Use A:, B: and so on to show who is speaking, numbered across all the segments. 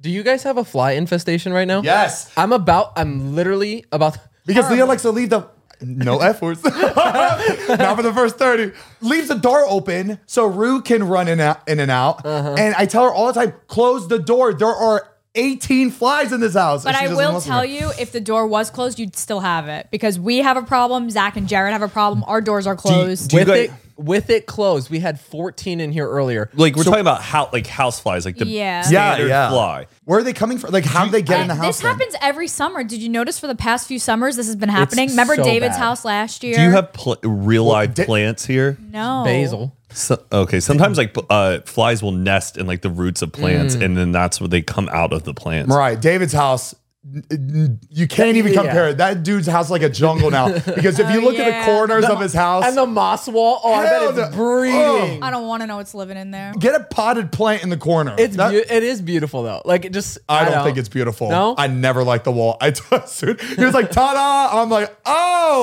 A: Do you guys have a fly infestation right now?
B: Yes.
A: I'm about. I'm literally about.
B: Because Leah likes to leave the no efforts. Not for the first 30. Leaves the door open so Rue can run in, out, in and out.
C: Uh-huh.
B: And I tell her all the time, close the door. There are 18 flies in this house.
C: But I will tell you, if the door was closed, you'd still have it because we have a problem. Zach and Jared have a problem. Our doors are closed.
D: do you
A: with
D: guys-
A: it with it closed. We had 14 in here earlier.
D: Like we're talking about how like house flies, like the
C: Yeah.
D: standard
B: Yeah, yeah.
D: fly.
B: Where are they coming from? Like, how do they get in the
C: And
B: house?
C: Uh, this
B: then?
C: happens every summer. Did you notice for the past few summers this has been happening? Remember
A: so
C: David's
A: bad.
C: house last year?
D: Do you have pl- real live
B: di-
D: plants here?
C: no
A: Basil.
D: So, okay, sometimes like uh, flies will nest in like the roots of
B: Mm.
D: plants, and then that's where they come out of the plants.
B: Right, David's house. n- n- You can't even
A: Yeah.
B: compare it. That dude's house is like a jungle now. Because if you look at
C: yeah.
B: the corners of his house,
A: And the moss wall. Oh,
B: Hell
A: I bet it's
B: no. Oh.
A: breeding.
C: I don't want to know what's living in there.
B: get a potted plant in the corner.
A: It's
B: That-
A: beau- it is beautiful though. Like it just.
B: I don't think it's beautiful.
A: No?
B: I never liked the wall. I just, he was like, ta-da! I'm like,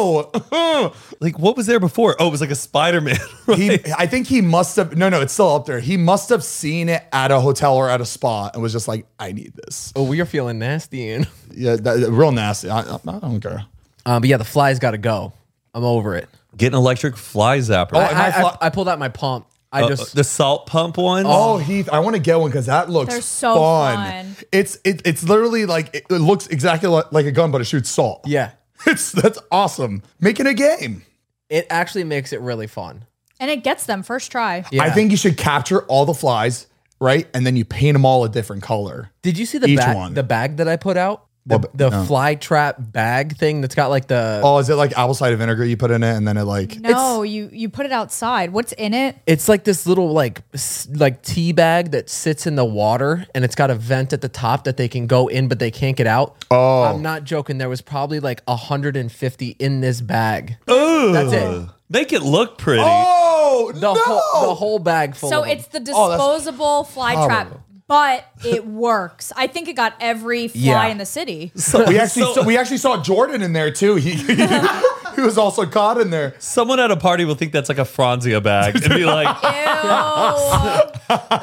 B: oh,
D: Like what was there before? Oh, it was like a Spider Man.
B: he. I think he must have. No, no, it's still up there. He must have seen it at a hotel or at a spa and was just like, I need this.
A: Oh, we are feeling nasty in.
B: Yeah, that, real nasty. I, I I don't care.
A: Um, but yeah, the flies got to go. I'm over it.
D: Get an electric fly zapper.
A: I,
D: Uh,
A: I,
B: my fly- Uh,
A: I- I pulled out my pump. I just
D: the salt pump one.
B: Oh, Heath, I want to get one because that looks
C: They're so fun.
B: It's it, it's literally like it, it looks exactly li- like a gun, but it shoots salt.
A: yeah.
B: it's that's awesome. Making a game.
A: It actually makes it really fun.
C: And it gets them first try.
A: Yeah.
B: I think you should capture all the flies, right, and then you paint them all a different color.
A: Did you see the
B: Each
A: bag?
B: one.
A: The bag that I put out. The,
B: What ba-
A: the
B: no.
A: fly trap bag thing that's got like the.
B: Oh, is it like apple cider vinegar you put in it, and then it like
C: No, you you put it outside. What's in it?
A: It's like this little like s- like tea bag that sits in the water and it's got a vent at the top that they can go in but they can't get out. Oh, I'm not joking. There was probably like 150 in this bag. That's it.
D: Make it look pretty.
B: oh
A: The whole the whole bag full.
C: So
A: of 'em.
C: it's the disposable fly trap, but it works. I think it got every fly
A: Yeah.
C: in the city.
B: we actually
D: So-
B: saw, we actually saw Jordan in there too. He he was also caught in there.
D: Someone at a party will think that's like a Franzia bag and be like,
C: Ew.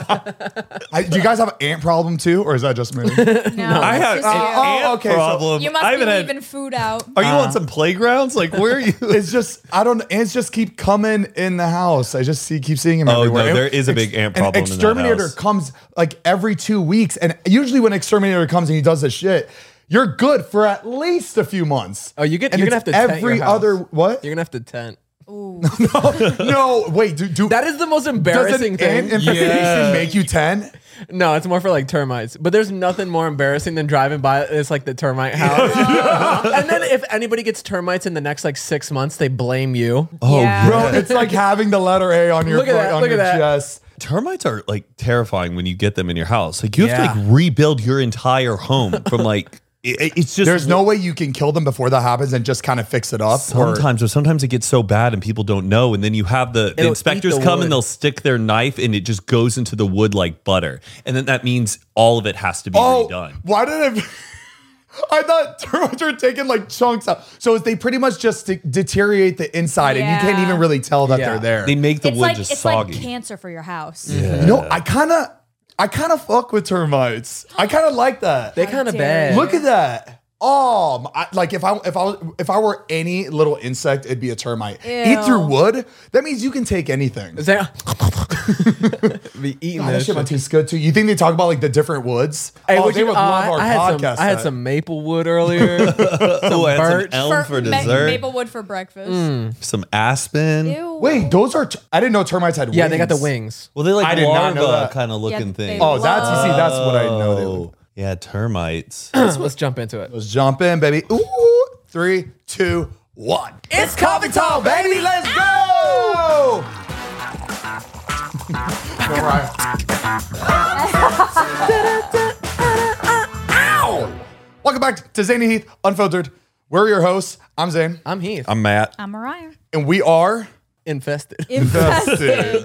B: I, do you guys have an ant problem too, or is that just me?
C: No,
D: I uh,
C: it's
D: have an
C: just you.
B: oh,
D: ant
B: okay, so- Uh.
D: problem.
C: You must
D: Um, I
C: be
D: haven't had-
C: leaving food out.
D: Are you on some playgrounds? Like where are you?
B: it's just I don't. Ants just keep coming in the house. I just see keep seeing them
D: Oh,
B: everywhere.
D: no,
B: And-
D: there is a big ant problem in
B: An
D: that
B: exterminator
D: house.
B: comes like every two weeks, and usually when exterminator comes and he does this shit, you're good for at least a few months.
A: Oh, you get
B: And
A: you're gonna have to
B: it's
A: tent
B: every
A: your house.
B: other what?
A: You're gonna have to tent.
B: no, wait, do, do
A: That is the most
B: does
A: embarrassing
B: an
A: thing.
B: ant infestation
D: Yeah.
B: make you ten?
A: no, it's more for like termites. But there's nothing more embarrassing than driving by. It's like the termite house. and then if anybody gets termites in the next like six months, they blame you.
D: Oh,
C: Yeah.
B: Bro, it's like having the letter A on your
A: Look at
B: foot-
A: that,
B: on
A: look
B: your
A: at that.
B: chest.
D: termites are like terrifying when you get them in your house. Like you have to
A: Yeah.
D: like rebuild your entire home from like it, it's just
B: There's no way you can kill them before that happens and just kind of fix it up. or-
D: sometimes or sometimes it gets so bad and people don't know and then you have the, the
A: It'll
D: inspectors
A: eat the
D: come
A: wood.
D: and they'll stick their knife and it just goes into the wood like butter and then that means all of it has to be redone.
B: Oh, Why did it? I thought termites were taking like chunks out. So they pretty much just de- deteriorate the inside, and you can't
C: Yeah.
B: even really tell that
A: Yeah.
B: they're there.
D: They make the
C: It's
D: wood
C: like
D: just
C: it's
D: soggy.
C: like cancer for your house.
B: you know, I kind of, I kind of fuck with termites. I kind of like that.
A: They kind of
C: dare
A: bad.
C: you.
B: Look at that. Oh, my- like if I if I if I were any little insect, it'd be a termite. Eat
C: Ew.
B: through wood. That means you can take anything.
A: Is that be eating
B: God, that
A: this?
B: shit
A: shit.
B: might taste good too. You think they talk about like the different woods?
A: Hey,
B: oh,
A: would
B: they
A: you-
B: would
A: uh,
B: love our
A: I had
B: podcast.
A: some, I had
B: set.
A: some maple wood earlier.
D: oh, I had
A: birch.
D: some elm for,
C: ma-
D: dessert,
C: Maplewood for breakfast.
D: some aspen.
C: Ew.
B: Wait, those are. T- I didn't know termites had.
A: yeah, they got the
B: wings.
A: wings.
D: Well, they're like
B: I did not know
D: larva
B: that.
D: kind of looking
C: they
D: things.
B: Oh, that's you see, that's what I know. They
D: Oh, yeah, termites.
A: Let's, let's jump into it.
B: Let's jump in, baby. Ooh, three, two, one. It's coffee time, baby. Let's go. Mariah. Ow! Welcome back to Zane and Heath Unfiltered. We're your hosts. I'm Zane,
A: I'm Heath.
D: I'm Matt.
C: I'm Mariah.
B: and we are
A: infested.
C: Infested.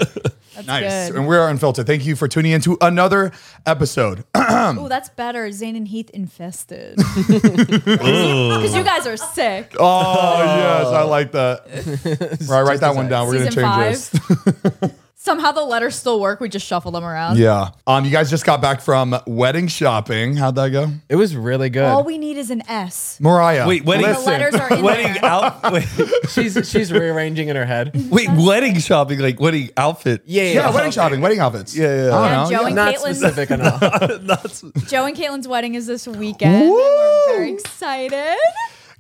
C: That's
B: nice,
C: good.
B: and we are unfiltered. Thank you for tuning in to another episode.
C: Oh, that's better. Zayn and Heath infested. Because you guys are sick.
B: Oh yes, I like that. right, write that one down. We're
C: Season
B: gonna change
C: five.
B: this.
C: Somehow the letters still work. We just shuffle them around.
B: Yeah. Um, you guys just got back from wedding shopping. How'd that go?
A: It was really good.
C: All we need is an S.
B: Mariah.
D: Wait, wedding-
C: The letters are in
D: wedding
C: there.
D: out. Wait,
A: she's she's rearranging in her head.
D: wait, wedding shopping, like wedding outfit.
A: Yeah,
B: Yeah, wedding shopping, wedding outfits.
D: Yeah, yeah, yeah.
B: I
C: Yeah,
B: don't know.
C: Joey-
A: Not
C: Caitlin's-
A: specific enough.
D: That's-
C: Joe and Caitlin's wedding is this weekend. and
B: Woo!
C: We're very excited.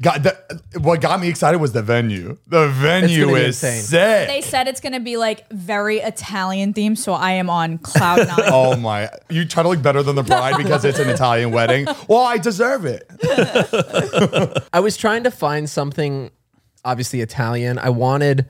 B: Got the, what got me excited was the venue. The venue
A: be
B: is
A: insane.
B: sick.
C: They said it's going to be like very Italian themed, so I am on cloud nine.
B: oh my! You try to look better than the bride because it's an Italian wedding. Well, I deserve it.
A: I was trying to find something obviously Italian. I wanted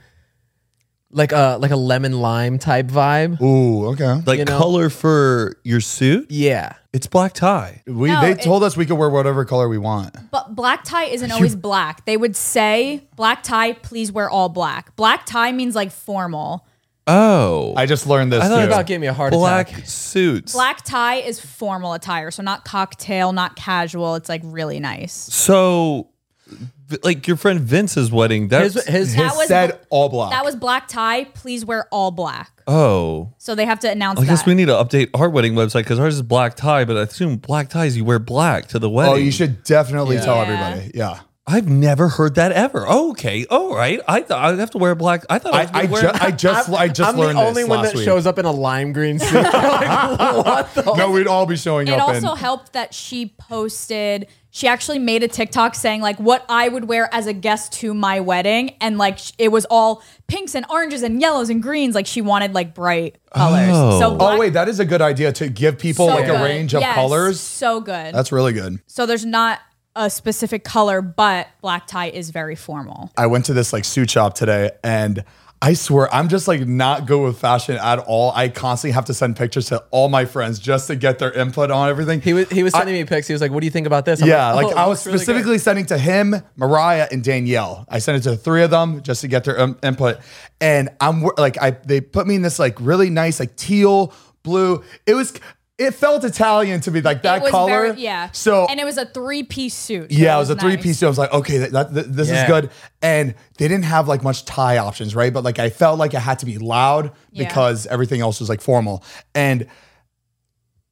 A: like a like a lemon lime type vibe.
B: Ooh, okay.
D: like
A: You know?
D: color for your suit.
A: Yeah.
D: It's black tie.
B: We
C: No,
B: they
C: it-
B: told us we could wear whatever color we want.
C: But black tie isn't always black. They would say black tie, please wear all black. Black tie means like formal.
D: Oh,
B: I just learned this.
D: I
B: too.
D: thought
A: That about gave me a heart
D: black
A: attack.
D: suits.
C: Black tie is formal attire, so not cocktail, not casual. It's like really nice.
D: So, v- like your friend Vince's wedding. That's
A: His his
C: That
B: It
C: was-
B: said all black.
C: That was black tie, please wear all black.
D: oh.
C: So they have to announce
D: I
C: that.
D: guess we need to update our wedding website because ours is black tie, but I assume black ties you wear black to the wedding.
B: oh, you should definitely tell
C: Yeah.
B: everybody. Yeah.
D: I've never heard that ever. Oh, okay, all right. I thought I'd have to wear black. I thought I,
B: I,
D: was
B: I,
D: gonna wear.
B: ju- I just I just
A: I'm
B: learned
A: the only
B: this
A: one
B: last
A: that
B: week.
A: shows up in a lime green suit. Like, what the-
B: no, we'd all be showing
C: it
B: up.
C: also
B: in,
C: helped that she posted she actually made a tiktok saying like what i would wear as a guest to my wedding and like sh- it was all pinks and oranges and yellows and greens like she wanted like bright colors so
D: Oh.
B: oh wait, that is a good idea to give people
C: so
B: like
C: good.
B: a range of
C: Yes,
B: colors.
C: so good
B: That's really good.
C: so there's not a specific color but black tie is very formal
B: I went to this like suit shop today and I swear I'm just like not good with fashion at all. I constantly have to send pictures to all my friends just to get their input on everything.
A: He was he was sending me pics. He was like, "What do you think about this?" I'm
B: yeah,
A: "Oh,
B: like
A: it
B: I was
A: looks really good."
B: specifically sending to him, Mariah, and Danielle. I sent it to the three of them just to get their um, input. And I'm wor- like, I they put me in this like really nice like teal blue. It was it felt Italian to me like that
C: it was
B: color.
C: very yeah
B: So
C: and it was a three-piece suit so
B: yeah, it was a three
C: nice.
B: piece. So I was like, okay, that, that, th- this
A: Yeah.
B: is good. And they didn't have like much tie options, right? But like I felt like I had to be loud
C: Yeah.
B: because everything else was like formal. And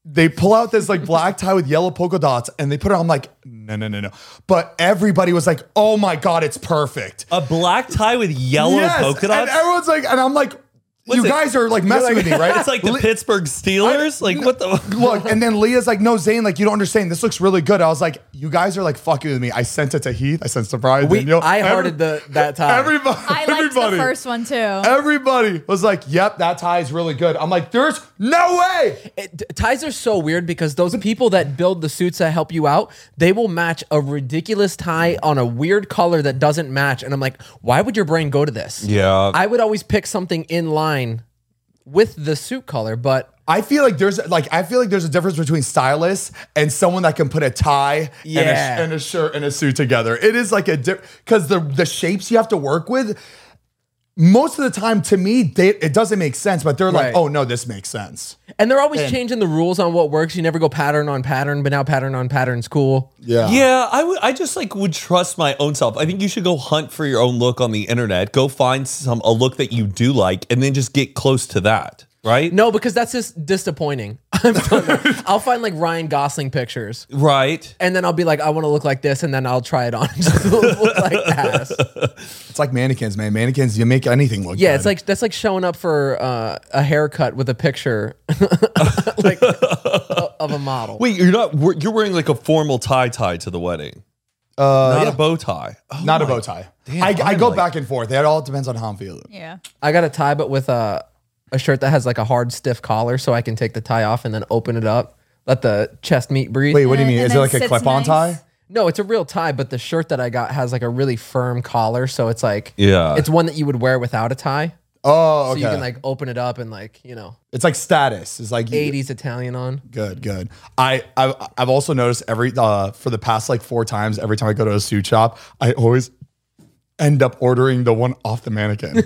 B: they pull out this like black tie with yellow polka dots and they put it on. I'm like, no, no, no, no. But everybody was like, oh my God, it's perfect.
D: a black tie with yellow
B: Yes,
D: polka
B: And
D: dots.
B: everyone's like, and I'm like, you
D: it?
B: guys are like messing with me, right?
D: It's like the Pittsburgh Steelers. like what the?
B: look, and then Leah's like, no, Zane, like you don't understand. This looks really good. I was like, you guys are like fucking with me. I sent it to Heath. I sent it to Brian.
A: We,
B: Danielle.
A: I
B: Every-
A: hearted the that time.
B: Everybody,
C: i liked
B: everybody,
C: the first one too
B: everybody was like, "Yep, that tie is really good." I'm like, "There's no way."
A: It- t- ties are so weird because those people that build the suits that help you out, they will match a ridiculous tie on a weird color that doesn't match. And I'm like, why would your brain go to this?
D: Yeah.
A: I would always pick something in line with the suit color, but
B: I feel like there's like I feel like there's a difference between stylists and someone that can put a tie and, a,
A: Yeah.
B: sh- and a shirt and a suit together. It is like a because the the shapes you have to work with. Most of the time, to me, they, it doesn't make sense. But they're
A: Right.
B: like, "Oh no, this makes sense."
A: and they're always changing the rules on what works. You never go pattern on pattern, but now pattern on pattern's cool.
B: Yeah,
D: Yeah, I would. I just like would trust my own self. I think you should go hunt for your own look on the internet. Go find some a look that you do like, and then just get close to that. Right.
A: No, because that's just disappointing. I'm telling you. I'll find like Ryan Gosling pictures.
D: Right.
A: And then I'll be like, I want to look like this, and then I'll try it on. Just look like ass.
B: It's like mannequins, man. Mannequins, you make anything look.
A: Yeah,
B: good.
A: it's like that's like showing up for uh, a haircut with a picture, like o- of a model.
D: Wait, you're not. we're- You're wearing like a formal tie tie to the wedding. Uh, not a bow tie. Oh,
B: not a bow tie.
D: Damn,
B: I, I
D: I'm
B: go
D: like-
B: back and forth. It all depends on how I'm feeling.
C: yeah
A: I got a tie, but with a a shirt that has like a hard, stiff collar, so I can take the tie off and then open it up, let the chest meat breathe.
B: Wait, what do you mean?
C: And
B: Is it
C: then
B: like a
C: sits
B: clip-on
C: nice.
B: tie?
A: No, it's a real tie, but the shirt that I got has like a really firm collar, so it's like
D: Yeah.
A: it's one that you would wear without a tie,
B: Oh,
A: so
B: okay.
A: you can like open it up and like you know
B: it's like status. It's like
A: '80s Italian on.
B: Good, good. I, I I've also noticed every uh, for the past like four times, every time I go to a suit shop, I always end up ordering the one off the mannequin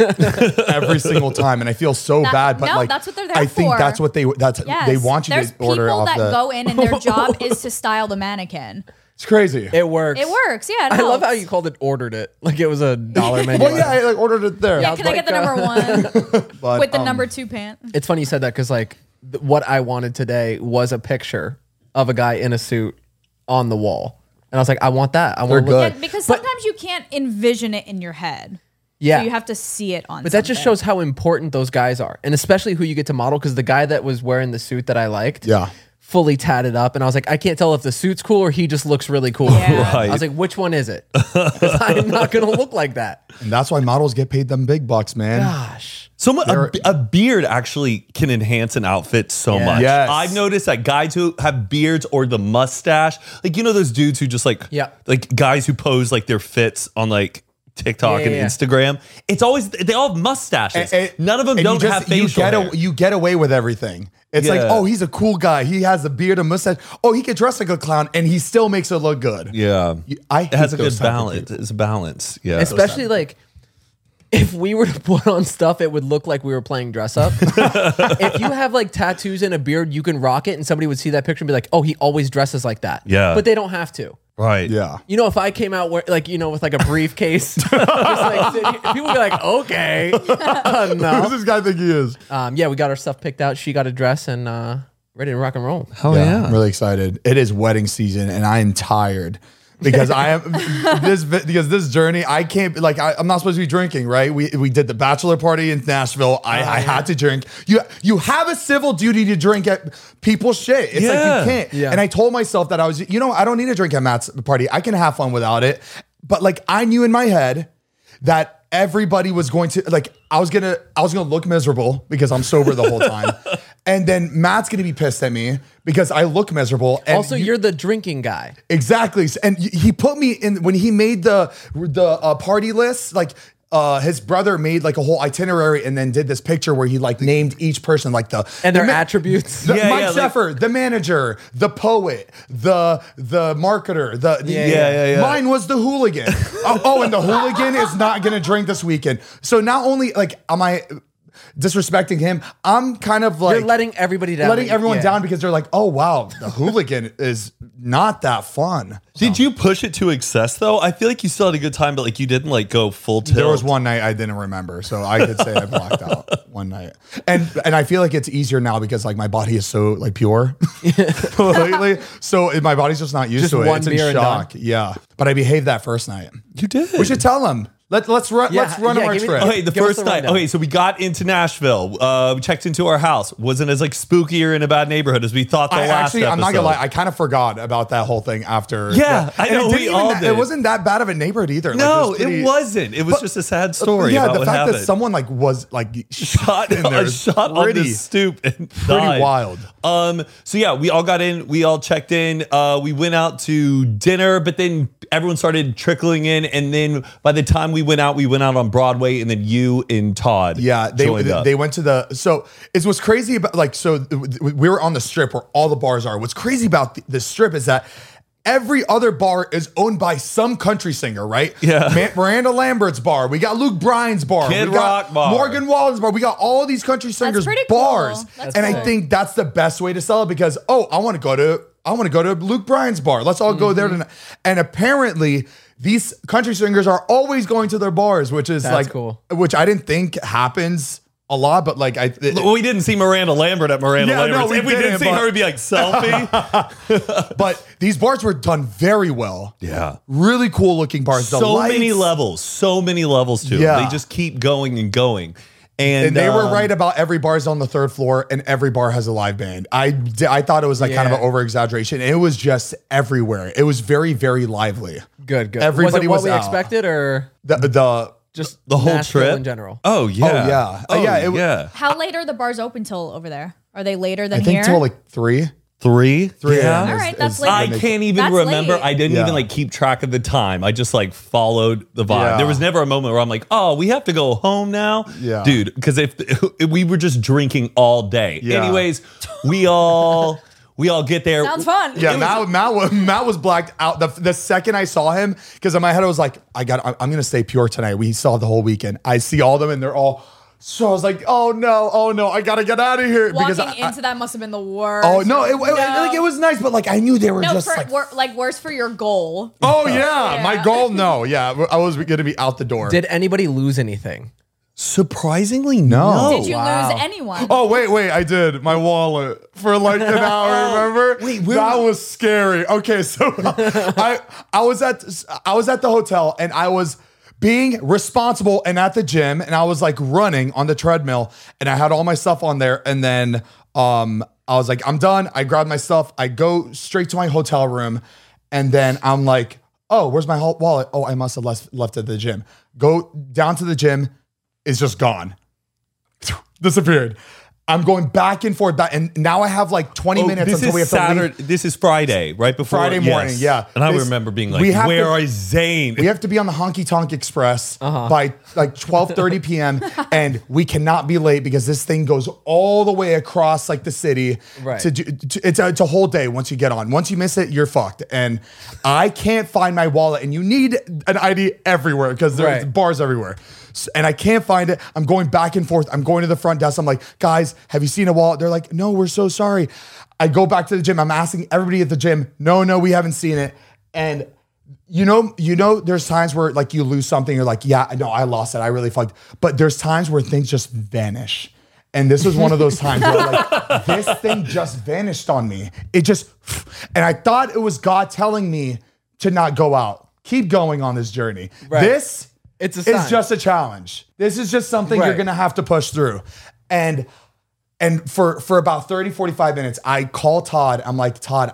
B: every single time, and I feel so
C: That-
B: bad. But
C: no,
B: like,
C: that's what they're there
B: I think
C: for.
B: that's what they that's
C: Yes.
B: they want you
C: There's
B: to order
C: people
B: off
C: that
B: the.
C: go in and their job is to style the mannequin.
B: It's crazy.
A: It works.
C: It works. Yeah. It
A: I love how
C: helps.
A: you called it ordered it. Like it was a dollar menu.
B: well, yeah, I like ordered it there.
C: Yeah, can I get the number one
B: but,
C: with the
B: um,
C: number two pant?
A: It's funny you said that because like th- what I wanted today was a picture of a guy in a suit on the wall, and I was like, I want that. I want to
B: good.
A: look.
C: Yeah, because sometimes you can't envision it in your head.
A: Yeah.
C: So you have to see it on.
A: But that just
C: something.
A: shows how important those guys are, and especially who you get to model. Because the guy that was wearing the suit that I liked,
B: Yeah.
A: fully tatted up, and I was like, I can't tell if the suit's cool or he just looks really cool.
C: Yeah.
A: I was
D: Right.
A: like, which one is it? 'Cause I'm not gonna look like that.
B: And that's why models get paid them big bucks, man.
A: Gosh,
D: Someone a, a beard actually can enhance an outfit so
A: Yeah.
D: much.
B: Yes.
D: I've noticed that guys who have beards or the mustache, like you know those dudes who just like
A: Yeah.
D: like guys who pose like their fits on like TikTok
A: Yeah,
D: and
A: yeah, yeah.
D: Instagram. It's always they all have mustaches.
B: And- and-
D: None of them
B: and
D: don't
B: you just,
D: have
B: you
D: facial
B: get,
D: hair.
B: a- you get away with everything. It's like,
D: Yeah.
B: oh, he's a cool guy. He has a beard and mustache. Oh, he could dress like a clown, and he still makes it look good.
D: yeah,
B: You- I
D: it has a
B: hate
D: good
B: those type of
D: balance. It's a balance. Yeah,
A: especially like. If we were to put on stuff, it would look like we were playing dress up. if you have like tattoos and a beard, you can rock it, and somebody would see that picture and be like, "Oh, he always dresses like that."
D: Yeah.
A: but they don't have to.
D: right.
B: Yeah.
A: You know, if I came out where, like, you know, with like a briefcase, just, like, sitting- people would be like, okay, Uh,
B: Who's
A: no.
B: this guy think he is?
A: Um, yeah, we got our stuff picked out. She got a dress and uh, ready to rock and roll.
D: Oh yeah.
B: I'm really excited. It is wedding season, and I am tired because I am this because this journey. I can't like I, I'm not supposed to be drinking, right? We we did the bachelor party in Nashville. I,
D: Oh,
B: I had to drink. You you have a civil duty to drink at people's shit. It's
D: Yeah.
B: like you can't.
A: Yeah.
B: And I told myself that I was you know I don't need to drink at Matt's party. I can have fun without it. But like I knew in my head that. Everybody was going to like I was gonna I was gonna look miserable because I'm sober the whole time, and then Matt's gonna be pissed at me because I look miserable. And
A: Also,
B: you-
A: you, are the drinking guy.
B: Exactly. And he put me in when he made the the uh, party list like uh, his brother made like a whole itinerary and then did this picture where he like named each person like the
A: And
B: the
A: their
B: ma-
A: attributes.
B: the-
D: Yeah,
B: Mike
D: yeah, like-
B: Sheffer, the manager, the poet, the the marketer, the, the-
A: Yeah, yeah,
D: yeah, yeah.
B: Mine was the hooligan. oh, oh, and the hooligan is not gonna drink this weekend. So not only like am I disrespecting him, I'm kind of like
A: You're letting everybody down.
B: letting everyone
A: Yeah.
B: down because they're like, oh wow, the hooligan is not that fun.
D: Did you push it to excess though? I feel like you still had a good time, but like you didn't like go full tilt.
B: There was one night I didn't remember, so I could say I blocked out one night. And and I feel like it's easier now because like my body is so like pure lately, so it- my body's just not used
A: Just
B: to it.
A: one
B: it's in
A: beer and
B: shock. Yeah, but I behaved that first night.
D: You did.
B: We should tell them. Let let's run.
A: Yeah,
B: let's run
A: yeah,
B: our
A: give me-
B: trip.
D: Okay, the
A: Give us
D: first
A: the
D: night.
A: rundown.
D: Okay, so we got into Nashville. Uh, we checked into our house. Wasn't as like spooky or in a bad neighborhood as we thought the
B: I
D: last
B: actually, I'm not
D: episode.
B: gonna lie. I kind of forgot about that whole thing after.
D: Yeah, I
B: And
D: know,
B: It,
D: we
B: didn't even
D: all
B: that- it
D: did.
B: wasn't that bad of a neighborhood either. Like,
D: no,
B: was pretty-
D: it wasn't. It was
B: But-
D: just a sad story.
B: Yeah,
D: about
B: the
D: what
B: fact
D: happened.
B: that someone like was like
D: shot,
B: shot in there,
D: a
B: is
D: shot on
B: pretty-
D: the stoop and pretty
B: wild.
D: Um, so yeah, we all got in, we all checked in, uh, we went out to dinner, but then everyone started trickling in, and then by the time we went out, we went out on Broadway, and then you and Todd,
B: Yeah, they
D: joined
B: they,
D: up.
B: went to the so it's what's crazy about like so th- we were on the strip where all the bars are. What's crazy about th- this strip is that every other bar is owned by some country singer, right?
D: Yeah.
B: Ma- Miranda Lambert's bar. We got Luke Bryan's bar.
D: Kid
B: we got
D: Rock bar.
B: Morgan Wallen's bar. We got all these country singers
C: pretty cool.
B: bars,
C: That's
B: and I
C: cool.
B: think that's the best way to sell it because oh, I want to go to I want to go to Luke Bryan's bar. Let's all go
C: Mm-hmm.
B: there tonight. And apparently. These country singers are always going to their bars, which is
A: That's
B: like
A: cool.
B: which I didn't think happens a lot, but like I, it-
D: Well, we didn't see Miranda Lambert at Miranda
B: Yeah, no,
D: Lambert's.
B: we
D: if we didn't,
B: didn't,
D: see
B: but-
D: her, we'd be like selfie.
B: but these bars were done very well.
D: yeah.
B: Really cool looking bars. The
D: So many
B: lights-
D: levels, so many levels to
B: Yeah.
D: yeah. They just keep going and going. And,
B: And they were
D: um,
B: right about every bar's on the third floor, and every bar has a live band. I di- I thought it was like kind of
A: Yeah.
B: an over exaggeration. It was just everywhere. It was very very lively.
A: Good, good.
B: Everybody
A: was
B: was
A: it what we
B: out.
A: expected or
B: The the
A: just
D: the whole
A: Nashville
D: trip
A: in general?
D: Oh yeah.
B: Oh, yeah.
D: Oh,
B: Yeah, it
D: yeah.
B: w-
C: How late are the bars open till over there? Are they later
B: I
C: than
B: think
C: here?
B: till like three.
D: Three.
B: Three.
D: Yeah.
B: a.m.
C: All
B: is-
C: right,
B: is
C: that's
B: when
C: late.
D: I
B: they-
D: can't even
C: That's
D: remember.
C: late.
D: I didn't
B: Yeah.
D: even like keep track of the time. I just like followed the vibe.
B: Yeah.
D: There was never a moment where I'm like, "Oh, we have to go home now."
B: Yeah.
D: Dude, cuz if we were just drinking all day.
B: Yeah.
D: Anyways, we all we all get there.
C: Sounds fun.
B: Yeah, Matt, Matt, wa- Matt was blacked out the, the second I saw him because in my head I was like, I got, I'm, I'm gonna stay pure tonight. We saw the whole weekend. I see all them and they're all So I was like, oh no, oh no, I gotta get out of here
C: Walking
B: I- I-
C: into that must have been the worst.
B: oh no, it, it-
C: No.
B: like it was nice, but like I knew they were
C: no,
B: just
C: for,
B: like,
C: wor- like worse for your goal.
B: oh yeah,
C: Yeah.
B: my goal, no, yeah, I was gonna be out the door.
A: Did anybody lose anything?
D: Surprisingly, no.
C: Did you
A: wow.
C: lose anyone?
B: Oh wait, wait! I did my wallet for like an hour. Remember?
D: Oh. Wait, where
B: that
D: were-
B: was scary. Okay, so I I was at I was at the hotel and I was being responsible and at the gym and I was like running on the treadmill and I had all my stuff on there and then um I was like I'm done. I grabbed my stuff. I go straight to my hotel room and then I'm like, oh, where's my ho- wallet? Oh, I must have left left at the gym. Go down to the gym. It's just gone disappeared. I'm going back and forth, back, and now I have like 20
D: Oh,
B: minutes
D: this
B: until
D: is
B: we have to leave.
D: Saturday. This is Friday, right before
B: Friday morning,
D: yes.
B: yeah.
D: And I
B: This-
D: remember being
B: we
D: like,
B: have
D: "Where
B: to-
D: is Zane?"
B: We have to be on the Honky Tonk Express
A: Uh-huh.
B: by like 12:30 p.m. and we cannot be late because this thing goes all the way across like the city.
A: Right.
B: To, do- to it's a, it's a whole day once you get on. Once you miss it, you're fucked. And I can't find my wallet, and you need an ID everywhere because there's
A: Right.
B: bars everywhere. S- And I can't find it. I'm going back and forth. I'm going to the front desk. I'm like, guys, have you seen a wallet? They're like, no, we're so sorry. I go back to the gym. I'm asking everybody at the gym, no, no, we haven't seen it. And you know, you know, there's times where like you lose something, you're like, yeah, no, I lost it. I really fucked. But there's times where things just vanish. And this was one of those times where like this thing just vanished on me. It just and I thought it was God telling me to not go out. Keep going on this journey.
A: Right.
B: This
A: It's a
B: is
A: sign.
B: just a challenge. This is just something you're
A: Right.
B: going to have to push through. And and for for about 30 45 minutes, I call Todd. I'm like, "Todd,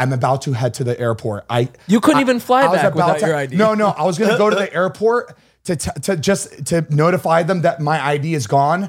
B: I'm about to head to the airport. I
A: You couldn't
B: I-
A: even fly
B: I was
A: back
B: about
A: without
B: to-
A: your ID.
B: No, no, I was going to go to the airport to t- to just to notify them that my ID is gone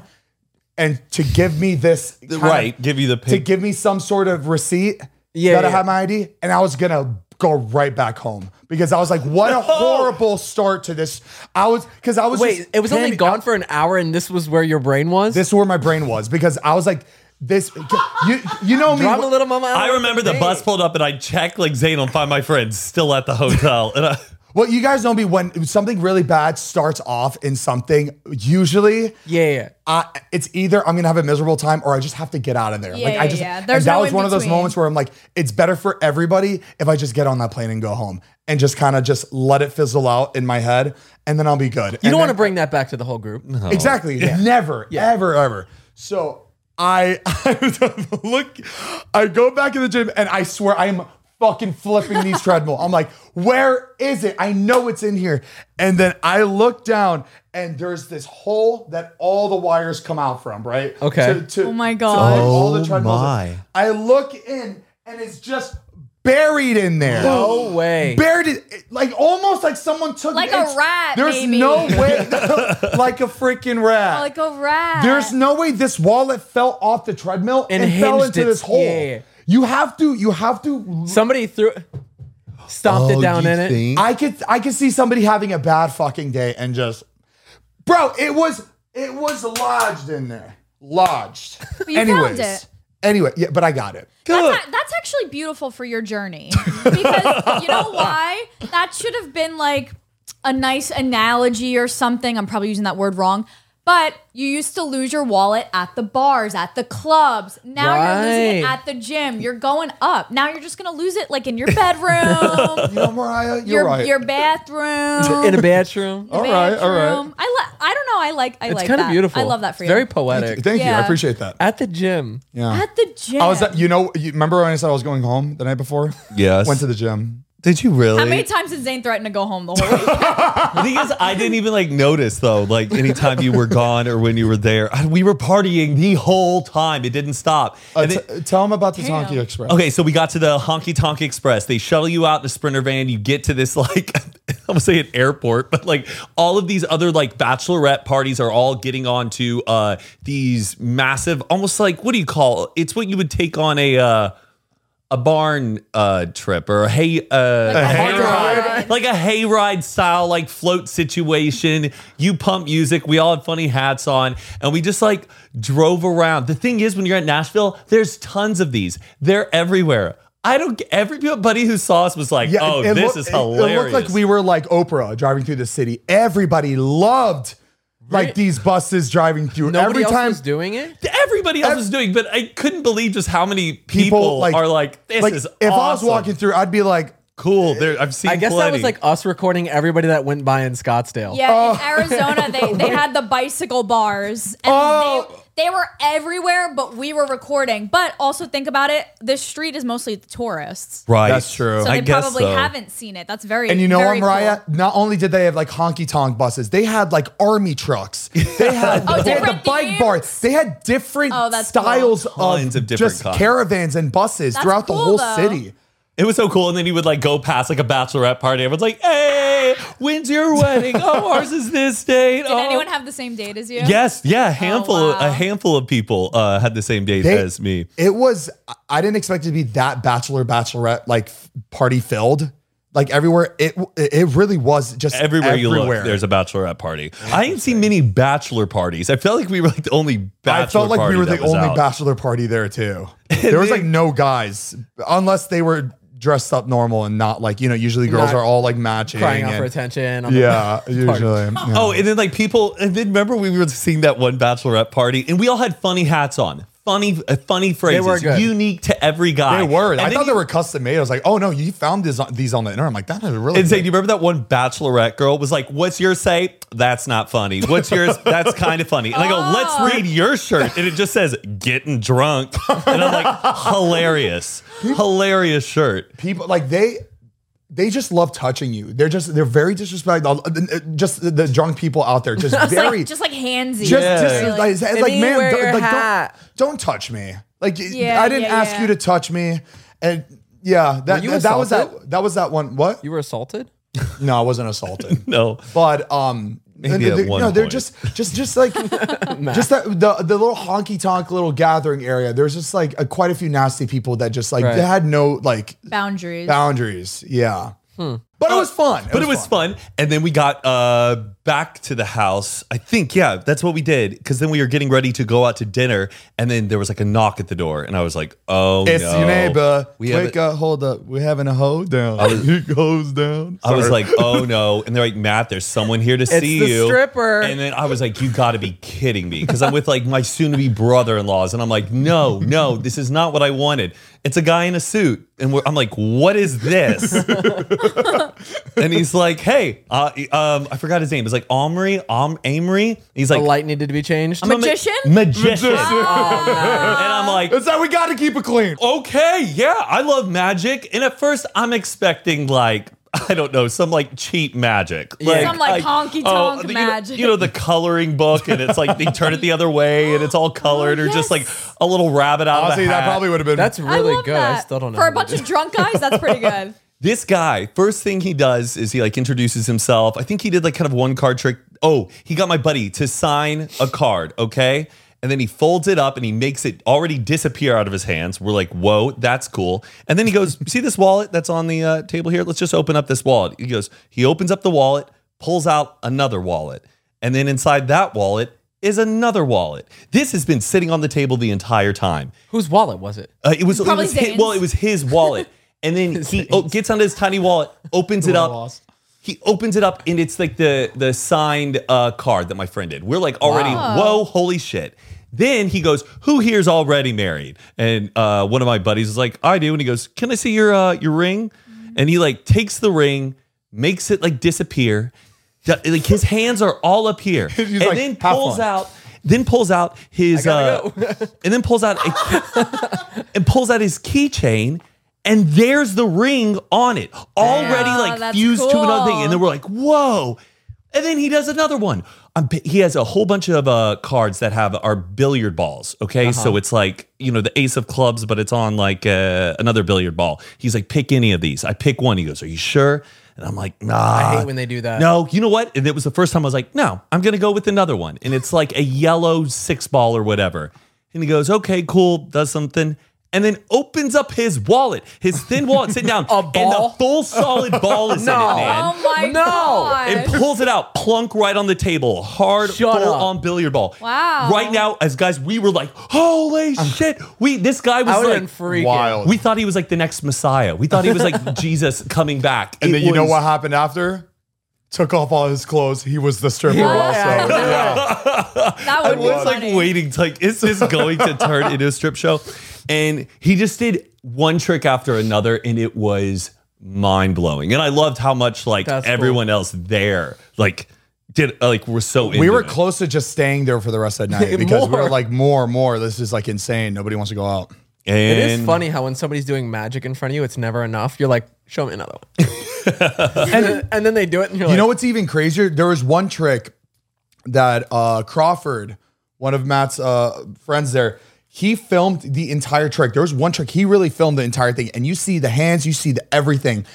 B: and to give me this kind of-
D: right. Give you the
B: to
D: pic.
B: give me some sort of receipt
A: Yeah,
B: that I
A: yeah,
B: had
A: yeah.
B: my ID, and I was gonna go right back home because I was like, what a horrible start to this. I was because I was
A: Wait,
B: just
A: it was only
B: panicking.
A: gone for an hour, and this was where your brain was.
B: This is where my brain was because I was like, this. You you know me.
A: Drama little mama.
D: I remember the
A: Hey.
D: bus pulled up, and I checked like Zane on Find My Friends, still at the hotel. And I,
B: Well, you guys know me when something really bad starts off in something. Usually,
A: Yeah, yeah.
B: I, it's either I'm gonna have a miserable time or I just have to get out of there.
C: Yeah,
B: like I
C: yeah,
B: just
C: yeah.
B: and
C: There's
B: that
C: no
B: was
C: in
B: one of those
C: between.
B: moments where I'm like, it's better for everybody if I just get on that plane and go home and just kind of just let it fizzle out in my head and then I'll be good.
A: You don't want to bring that back to the whole group.
B: Exactly. Never, ever, ever. So I, I look, I go back in the gym and I swear I'm fucking flipping these treadmill. I'm like, where is it? I know it's in here. And then I look down and there's this hole that all the wires come out from, right?
A: Okay.
B: To- to-
C: Oh my
B: to
C: God.
B: like all
D: Oh
B: the treadmills.
D: my.
B: I look in and it's just buried in there
A: No way.
B: buried it, it- like almost like someone took
C: Like a
B: it's-
C: rat,
B: There's
C: maybe.
B: no way, like a freaking rat.
C: Like a rat.
B: there's no way this wallet fell off the treadmill and,
A: And
B: fell
A: hinged
B: into
A: its-
B: this hole.
A: yeah.
B: You have to. You have to.
A: Somebody threw, stomped it down in it.
B: I could. I could see somebody having a bad fucking day and just, bro. It was. It was lodged in there. Lodged. But
C: you
B: Anyways.
C: found it.
B: Anyway, yeah, but I got it.
C: That's, a- that's actually beautiful for your journey because you know why? That should have been like a nice analogy or something. I'm probably using that word wrong, but you used to lose your wallet at the bars, at the clubs. Now you're losing it
A: Right.
C: at the gym. You're going up. Now you're just gonna lose it like in your bedroom,
B: You know, Mariah, you're
C: your
B: right.
C: your bathroom.
A: In a bathroom.
B: all right, all right.
C: Bedroom. I li- I don't know. I like. I
A: It's
C: like
A: kind of
C: that.
A: beautiful.
C: I love that for
A: It's
C: you.
A: Very poetic.
B: Thank you. I
C: Yeah.
B: appreciate that.
A: At the gym.
B: Yeah.
C: at the gym.
B: I was at, you know, you remember when I said I was going home the night before?
D: Yes.
B: Went to the gym.
D: did you really?
C: How many times did Zane threaten to go home the whole week?
D: The thing is, I didn't even like notice though. Like anytime you were gone or when you were there, I- we were partying the whole time. It didn't stop.
B: Uh,
D: And
B: t-
D: it-
B: tell him about the
C: Damn.
B: Tonky Express.
D: okay, so we got to the Honky Tonk Express. They shuttle you out in the Sprinter van. You get to this like I would say an airport, but like all of these other like bachelorette parties are all getting on to uh, these massive, almost like what do you call? It's what you would take on a. Uh, a barn uh, trip or a hay uh,
C: Like a
D: hay
C: hayride.
D: ride. like a hayride style like float situation. You pump music. We all had funny hats on, and we just like drove around. The thing is, when you're at Nashville, there's tons of these. They're everywhere. I don't. get Everybody who saw us was like, "Oh,
B: it
D: this
B: loo-
D: is
B: it-
D: hilarious."
B: It, looked like we were like Oprah driving through the city. Everybody loved like these buses driving through.
A: Nobody
B: Every
A: else
B: time
A: was doing it.
D: Everybody else is doing, but I couldn't believe just how many people, are like, this
B: like,
D: is
B: if I was
D: awesome.
B: walking through, I'd be like,
D: cool. There, I've seen.
A: I guess that
D: plenty.
A: was like us recording everybody that went by in
D: Oh.
A: Scottsdale.
C: Yeah, in Arizona, they, they had the bicycle bars. And
B: Oh.
C: they, they were everywhere, but we were recording. But also think about it, this street is mostly tourists.
D: right.
B: That's true.
C: So
D: Oh, I
C: they
D: guess
C: probably
D: so.
C: haven't seen it. That's very
B: and you know
C: very
B: what, Mariah?
C: cool.
B: Not only did they have like honky tonk buses, they had like army trucks. They had,
C: Oh,
B: they had the
C: different
B: bike
C: themes?
B: bar. They had different
C: Oh, that's cool.
B: styles
D: Tons
B: of,
D: of different
B: just
D: kinds.
B: caravans and buses
C: That's
B: throughout the
C: cool,
B: whole
C: though.
B: city.
D: It was so cool. And then he would like go past like a bachelorette party. Everyone's like, hey, when's your wedding? oh, ours is this date. Oh."
C: Did
B: Oh.
C: anyone have the same date as you?
D: Yes, yeah, a handful,
C: wow.
D: a handful of people uh, had the same date
B: They-
D: as me.
B: It was I didn't expect it to be that bachelor bachelorette like f- party filled. Like everywhere it it really was just
D: Everywhere, you
B: everywhere.
D: look, there's a bachelorette party. I ain't seen many bachelor parties. I felt like we were like the only bachelor.
B: I felt like
D: party
B: we were
D: that
B: the
D: was
B: only
D: out.
B: bachelor party there too. There was like no guys, unless they were dressed up normal and not like you know. Usually girls
A: Not
B: are all like matching.
A: Crying out
B: and-
A: for attention. I'm
B: Yeah,
A: like-
B: usually. yeah.
D: Oh, and then like people, and then remember we were seeing that one bachelorette party, and we all had funny hats on, funny, uh, funny phrases,
A: were good.
D: unique to every guy.
B: They were.
D: And
B: I
D: then
B: thought
D: you-
B: they were custom made. I was like, oh no, you found this on, these on the internet. I'm like, that is really
D: And say,
B: good.
D: do you remember that one bachelorette girl was like, What's your say? That's not funny. What's yours? That's kind of funny. And I go, Let's read your shirt. And it just says, Getting drunk. And I'm like, Hilarious. Hilarious shirt.
B: people like they they just love touching you. They're just they're very disrespectful. Just the, the drunk people out there, just very
C: Just like handsy.
B: just,
D: Yeah.
B: just
C: Really.
B: like, it's like
A: me
B: man,
A: wear
B: don't,
A: your
B: like,
A: hat.
B: Don't, don't touch me. Like
C: Yeah,
B: I didn't
C: yeah,
B: ask
C: yeah.
B: you to touch me, and yeah, that
A: you
B: that, that was that
A: assaulted?
B: that was that one. What?
A: You were assaulted?
B: No, I wasn't assaulted,
D: No.
B: but um.
D: Maybe at one
B: no, they're
D: point.
B: just, just, just like, just that, the the little honky tonk little gathering area. There's just like a, quite a few nasty people that just like
A: Right.
B: they had no like
C: boundaries.
B: boundaries. Yeah, but it was fun.
D: Hmm. Oh, But it was fun. And then we got uh, back to the house. I think, yeah, that's what we did. Because then we were getting ready to go out to dinner. And then there was like a knock at the door. And I was like, Oh,
B: It's
D: no.
B: your neighbor.
D: We have
B: Wake up, hold up. We're having a hold down. he goes down.
D: I was
B: Sorry.
D: like, oh no. And they're like, Matt, there's someone here to see
A: the
D: you.
A: stripper.
D: And then I was like, you gotta be kidding me. Cause I'm with like my soon to be brother in laws. And I'm like, no, no, this is not what I wanted. It's a guy in a suit. And we're, I'm like, what is this? and he's like, hey, uh, um, I forgot his name. It's like Omri, Om, Amory. He's
A: The
D: like,
A: light needed to be changed.
D: "I'm a ma-
C: Magician?
D: Magician.
C: Ah,
D: and I'm like,
B: It's like we got to keep it clean.
D: okay, yeah, I love magic. And at first, I'm expecting like. I don't know, some like cheap magic.
C: Some, like, honky-tonk
D: the- you know-
C: magic.
D: You know, the coloring book, and it's like they turn it the other way and it's all colored, or just
C: Oh, yes.
D: like a little rabbit out
B: Honestly,
D: of a hat.
B: that probably would have been.
A: That's
C: I
A: really
C: love
A: good.
C: That.
A: I still don't know.
C: For
A: how
C: a
A: they
C: bunch
A: did
C: of drunk guys, that's pretty good.
D: This guy, first thing he does is he like introduces himself. I think he did like kind of one card trick. Oh, he got my buddy to sign a card, okay? And then he folds it up and he makes it already disappear out of his hands. We're like, whoa, that's cool. And then he goes, see this wallet that's on the uh, table here? Let's just open up this wallet. He goes, he opens up the wallet, pulls out another wallet. And then inside that wallet is another wallet. This has been sitting on the table the entire time.
A: Whose wallet was it?
D: Uh, it was, it
C: Probably
D: was his,
C: Zane's.
D: well, it was his wallet, and then he oh, gets onto his tiny wallet, opens it up.
B: lost.
D: He opens it up, and it's like the the signed uh, card that my friend did. We're like already whoa, holy shit. Then he goes, "Who here's already married?" And uh, one of my buddies is like, "I do." And he goes, "Can I see your uh, your ring?" And he like takes the ring, makes it like disappear. D- Like his hands are all up here, and
B: like,
D: then
B: "Have
D: pulls
B: fun."
D: out, then pulls out his, uh,
A: gotta
D: and then pulls out a, and pulls out his keychain and there's the ring on it already
C: Wow,
D: like
C: that's
D: fused to another thing
C: cool.
D: and then we're like whoa and then he does another one I'm, pi- he has a whole bunch of uh, cards that have our billiard balls okay so it's like you know the ace of clubs but it's on like uh, another billiard ball he's like pick any of these i pick one he goes are you sure and i'm like nah i
A: hate when they do that.
D: Uh, no you know what and it was the first time i was like no i'm gonna go with another one and it's like a yellow six ball or whatever and he goes okay cool does something and then opens up his wallet, his thin wallet, sitting down, and the
A: ball?
D: full solid ball is in it,
A: No.
D: man
C: Oh my
A: No.
C: god.
D: and pulls it out, plunk right on the table, hard
A: Shut
D: full
A: up.
D: on billiard ball.
C: Wow.
D: Right now, as guys, we were like, holy shit! We this guy
A: I
D: was
A: would have been
D: like.
A: freaking.
B: wild.
D: We thought he was like the next Messiah. We thought he was like Jesus coming back.
B: and
D: It
B: then you know
D: was-
B: what happened after? took off all his clothes. He was the stripper
A: Yeah.
B: also.
C: That would
D: I
C: be
D: was like
C: funny.
D: waiting, to, like, is this going to turn into a strip show? And he just did one trick after another, and it was mind blowing. And I loved how much like
A: That's cool.
D: everyone else there, like, did like were so.
B: We
D: into
B: were
D: it.
B: close to just staying there for the rest of the night because we
A: More.
B: were like, more, more. This is like insane. Nobody wants to go out.
D: And
A: It is funny how when somebody's doing magic in front of you, it's never enough. You're like, show me another one. and, and then they do it, and you're
B: You
A: like,
B: know what's even crazier? There was one trick that uh, Crawford, one of Matt's uh, friends there, he filmed the entire trick. There was one trick he really filmed the entire thing, and you see the hands, you see the everything,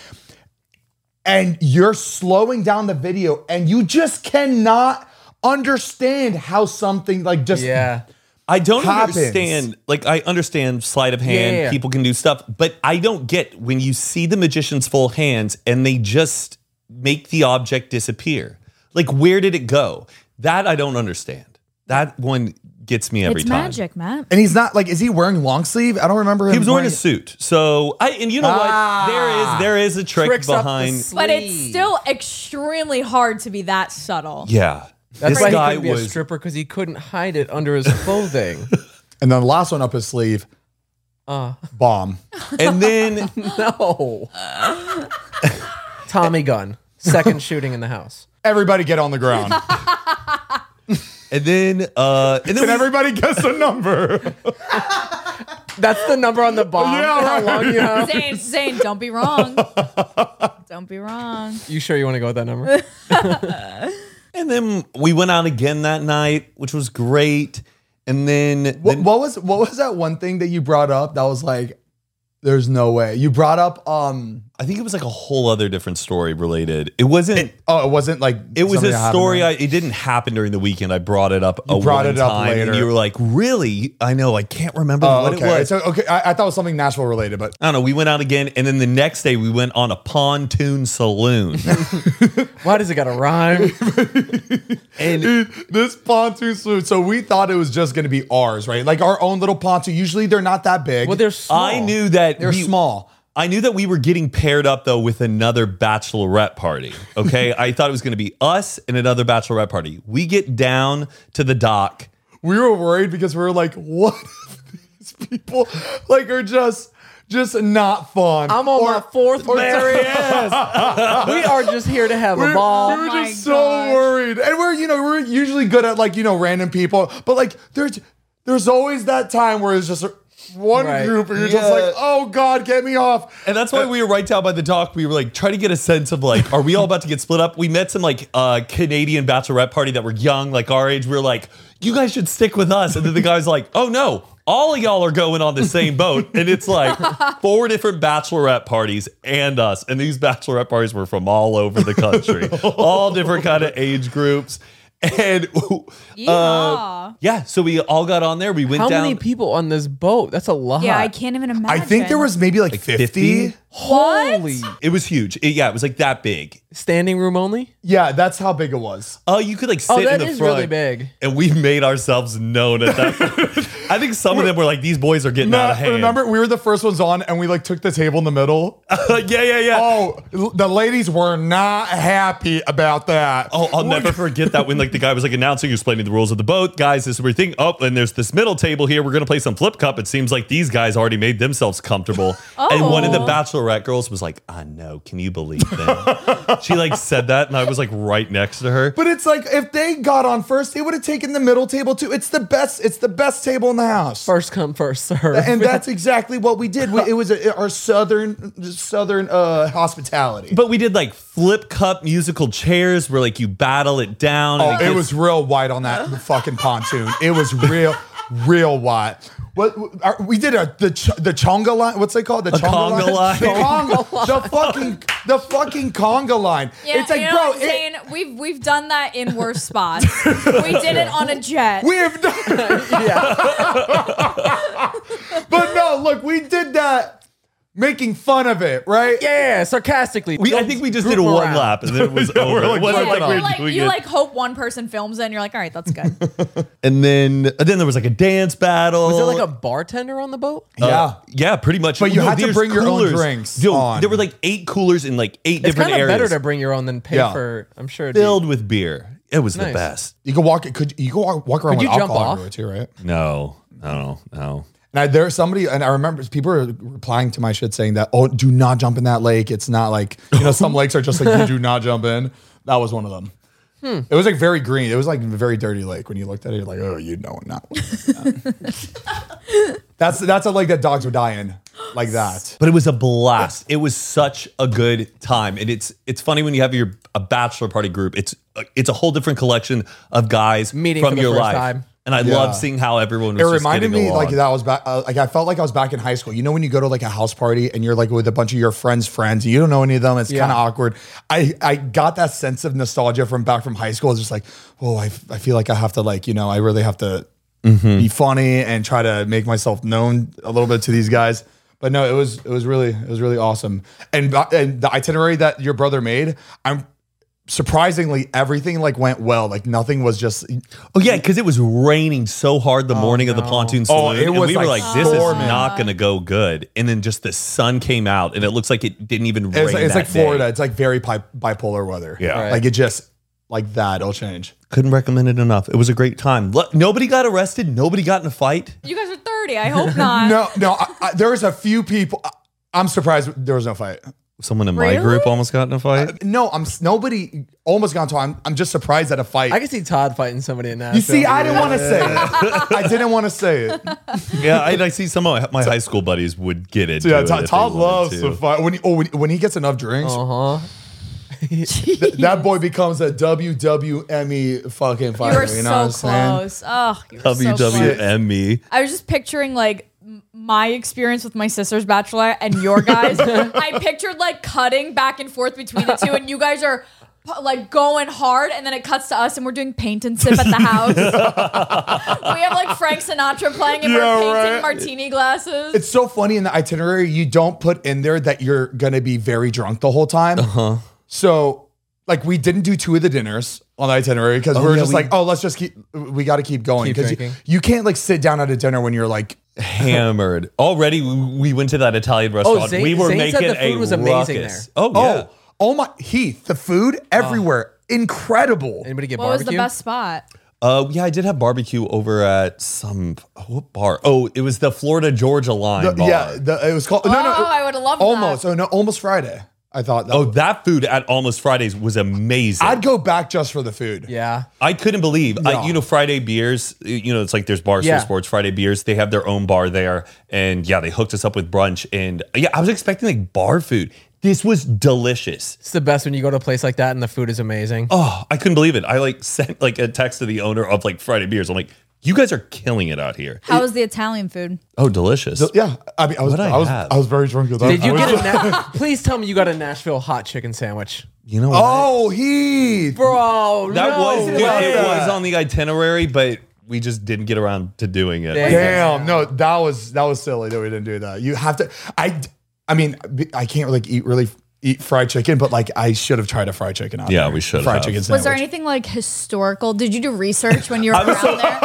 B: and you're slowing down the video, and you just cannot understand how something like just
A: yeah.
D: I don't
B: happens.
D: understand. Like I understand sleight of hand,
A: Yeah.
D: people can do stuff, but I don't get when you see the magician's full hands and they just make the object disappear. Like where did it go? That I don't understand. That one gets me every
C: It's
D: time.
C: magic, Matt.
B: And he's not like, is he wearing long sleeve? I don't remember him.
D: He was wearing a
B: wearing-
D: suit, so I and you know
B: Ah.
D: what? There is there is a trick
A: Tricks up the
D: behind.
A: sleeve.
C: But it's still extremely hard to be that subtle.
D: yeah,
A: That's
D: this
A: why he
D: guy
A: couldn't be a
D: was.
A: stripper because he couldn't hide it under his clothing.
B: And then the last one up his sleeve,
D: Uh.
B: bomb.
D: and then
A: no. Tommy gun. Second shooting in the house.
B: Everybody get on the ground.
D: and then uh and then
B: Can
D: we-
B: everybody guess a number?
A: That's the number on the bomb.
B: Yeah,
A: How long you have?
C: Zane, Zane, don't be wrong. don't be wrong.
A: You sure you want to go with that number?
D: And then we went out again that night, which was great. And then,
B: What,
D: then-
B: what was what was that one thing that you brought up that was like, there's no way. You brought up um
D: I think it was like a whole other different story related. It wasn't. It,
B: oh, it wasn't like
D: was a story. I, it didn't happen during the weekend. I brought it up. You a
B: brought
D: one
B: it up
D: time,
B: later.
D: And you were like, "Really? I know. I can't remember
B: Oh,
D: what
B: okay.
D: it was."
B: So, okay, I, I thought it was something Nashville related, but
D: I don't know. We went out again, and then the next day we went on a pontoon saloon.
A: Why does it got to rhyme?
D: and
B: this pontoon suit. So we thought it was just gonna be ours, right? Like our own little pontoon. Usually they're not that big.
A: Well, they're small.
D: I knew that
B: they're
D: we-
B: small.
D: I knew that we were getting paired up though with another bachelorette party. Okay, I thought it was going to be us and another bachelorette party. We get down to the dock.
B: we were worried because we were like, what if these people like are just just not fun.
A: I'm on
B: Or-
A: my fourth
B: or-
A: marriage. we are just here to have a
B: We-
A: ball.
B: We were
C: Oh my
B: just
C: gosh.
B: so worried, and we're you know we're usually good at like you know random people, but like there's there's always that time where it's just one
A: Right.
B: group, and you're just
D: Yeah.
B: like, oh god, get me off.
D: And that's why we were right down by the dock. We were like trying to get a sense of like, are we all about to get split up? We met some like uh, Canadian bachelorette party that were young, like our age. We were like, you guys should stick with us. And then the guy's like, oh no, all of y'all are going on the same boat. And it's like four different bachelorette parties and us. And these bachelorette parties were from all over the country, all different kind of age groups. And uh,
C: Yeehaw.
D: yeah, so we all got on there. We went
A: How
D: down.
A: many people on this boat? That's a lot.
C: yeah, I can't even imagine.
B: I think there was maybe like, 50?
D: 50?
A: Holy.
D: It was huge. It- yeah, it was like that big.
A: Standing room only?
B: Yeah, that's how big it was.
D: Oh, you could like sit
A: Oh,
D: in
A: that
D: the
A: is
D: front.
A: really big.
D: And we made ourselves known at that. point. I think some of them were like, "These boys are getting out
B: No,
D: of hand."
B: remember we were the first ones on, and we like took the table in the middle.
D: yeah, yeah, yeah. Oh,
B: oh, l- the ladies were not happy about that.
D: Oh, I'll never forget that when like the guy was like announcing, explaining the rules of the boat, guys. This is where you think. Oh, and there's this middle table here. We're gonna play some flip cup. It seems like these guys already made themselves comfortable. And one of the
C: Oh.
D: bachelorette girls was like, "I know. Can you believe that?" she like said that, and I was like right next to her.
B: But it's like if they got on first, they would have taken the middle table too. It's the best. It's the best table in the house.
A: First come, first serve.
B: and that's exactly what we did. We, it was a, our southern southern uh, hospitality.
D: But we did like flip cup musical chairs where like you battle it down.
A: Oh,
D: and
B: Oh, it
D: gets-
B: was real white on that fucking pontoon. It was real, real white. What our, we did a, the ch- the chonga line? What's it called? The
D: conga line.
B: The, conga, the fucking the fucking conga line.
C: Yeah,
B: it's like,
C: you know
B: bro,
C: what,
B: it-
C: Zane, we've we've done that in worse spots. we did it on a jet.
B: we have done.
A: yeah.
B: But no, look, we did that. making fun of it, right?
A: Yeah, sarcastically.
D: We, I
A: Don't
D: think we just
A: group
D: did a one
A: around.
D: lap and then it was
B: Yeah,
D: over.
B: we're like,
D: it wasn't
B: fuck
D: like
B: it
D: we
C: you
D: were
C: like,
D: doing
C: you
D: it.
C: like hope one person films it and you're like, all right, that's good.
D: and then and then there was like a dance battle. Uh,
A: Was there like a bartender on the boat?
B: Yeah.
D: yeah, pretty much.
B: But you had to
D: there's
B: bring your own drinks
D: Yo,
B: on.
D: There were like eight coolers in like eight
A: It's
D: different
A: kind of
D: areas
A: better to bring your own than pay
B: Yeah.
A: for. I'm sure. dude.
D: filled with beer. It was the
A: Nice.
D: best.
B: You could walk. Could you could walk, walk around
A: Could
B: with
A: you jump off?
B: alcohol everywhere too, right?
D: No, no, no.
B: And I, there's somebody, and I remember people are replying to my shit saying that, "Oh, do not jump in that lake. It's not like you know some lakes are just like you do not jump in." That was one of them. It was like very green. It was like a very dirty lake. When you looked at it, you're like, "Oh, you know, not." that's that's a lake that dogs would die in, like that.
D: But it was a blast. It was such a good time, and it's it's funny when you have your a bachelor party group. It's a, it's a whole different collection of guys
A: Meeting
D: from
A: for the
D: your
A: first
D: life,
A: time.
D: and I
B: Yeah.
D: love seeing how everyone. Was
B: It
D: just
B: reminded
D: getting
B: me like
D: along.
B: that I was back. Uh, like I felt like I was back in high school. You know when you go to like a house party and you're like with a bunch of your friends' friends, and you don't know any of them. It's
A: Yeah.
B: kind of awkward. I I got that sense of nostalgia from back from high school. It's just like, oh, I I feel like I have to like you know I really have to
D: Mm-hmm.
B: be funny and try to make myself known a little bit to these guys. But no, it was it was really it was really awesome. And ba- and the itinerary that your brother made, I'm surprisingly everything like went well. Like nothing was just
D: Oh yeah, because it was raining so hard
B: Oh,
D: the morning of the pontoon saloon,
A: Oh,
B: it
D: and
B: was
D: we were
B: like
D: like, "This is
B: storming.
D: not going to go good." And then just the sun came out, and it looks like it didn't even rain.
B: It's, like- it's
D: that
B: like Florida.
D: day.
B: It's like very pi- bipolar weather.
D: Yeah. Right.
B: Like it just like that. It'll change.
D: Couldn't recommend it enough. It was a great time. Look, nobody got arrested. Nobody got in a fight.
C: you guys are 30. I hope not.
B: No, no. I, I, there was a few people. I, I'm surprised there was no fight.
D: Someone in my
C: Really?
D: group almost got in a fight.
B: No, I'm s- nobody almost got to. I'm, I'm just surprised at a fight.
A: I can see Todd fighting somebody in that.
B: you see, I didn't want to say it. I didn't want to say it.
D: yeah, and I see some of my high school buddies would get into
B: Yeah,
D: it.
B: Todd,
D: if they
B: Todd
D: wanted
B: loves
D: to.
B: to fight. When he, oh, when, when he gets enough drinks,
A: Uh huh.
B: th- that boy becomes a WWME E fucking
C: You were
B: fighter. You, know what
C: so
B: I'm saying?
C: close. Oh, you were so
B: E.
C: close.
D: WWME.
C: I was just picturing like m- my experience with my sister's bachelor and your guys. I pictured like cutting back and forth between the two, and you guys are pu- like going hard, and then it cuts to us, and we're doing paint and sip at the house. we have like Frank Sinatra playing, and
B: Yeah,
C: we're painting
B: right.
C: martini glasses.
B: It's so funny in the itinerary, you don't put in there that you're gonna be very drunk the whole time. Uh-huh. So like we didn't do two of the dinners on the itinerary because we were
D: yeah,
B: just
D: we-
B: like, oh, let's just keep we gotta keep going.
A: Keep
B: Because you,
A: drinking.
B: you can't like sit down at a dinner when you're like
D: Oh, Hammered. Already, we we went to that Italian restaurant.
A: Oh, Zane-
D: we were
A: Zane
D: making
A: said the food
D: a
A: was amazing
D: ruckus.
A: there.
D: Oh, yeah.
B: Oh, oh my Heath, the food everywhere. Incredible.
A: Anybody get
C: what was
A: barbecue?
C: the best spot?
D: Uh, yeah, I did have barbecue over at some what bar? Oh, it was the Florida Georgia Line
B: The-
D: bar.
B: yeah, the, it was called no, no,
C: Oh, I would've loved that.
B: almost. Oh no, almost Friday. I thought that
D: oh, that food at Almost Fridays was amazing.
B: I'd go back just for the food.
A: Yeah.
D: I couldn't believe,
B: No.
D: I, you know, Friday beers. You know, it's like there's bars
A: Yeah.
D: for sports. Friday beers, they have their own bar there, and yeah, they hooked us up with brunch. And uh, yeah, I was expecting like bar food. This was delicious.
A: It's the best when you go to a place like that and the food is amazing.
D: Oh, I couldn't believe it. I like sent like a text to the owner of like Friday beers. I'm like, you guys are killing it out here.
C: How was the Italian food?
D: Oh, delicious.
B: Yeah, I mean, I was,
D: What'd I
B: I, was,
D: have?
B: Oh, I was very drunk. With
A: Did you get a? Na- Please tell me you got a Nashville hot chicken sandwich,
D: you know, what?
B: Oh, Heath.
A: bro.
D: that
A: no
D: was dude,
A: way.
D: it was on the itinerary, but we just didn't get around to doing it.
A: Damn.
B: Damn, no, that was that was silly that we didn't do that. You have to. I, I mean, I can't like eat really eat fried chicken, but like I should have tried a fried chicken. Out
D: Yeah,
B: there.
D: we should
B: fried
D: have.
B: chicken. Sandwich.
C: Was there anything like historical? Did you do research when you were around there?
D: Mariah,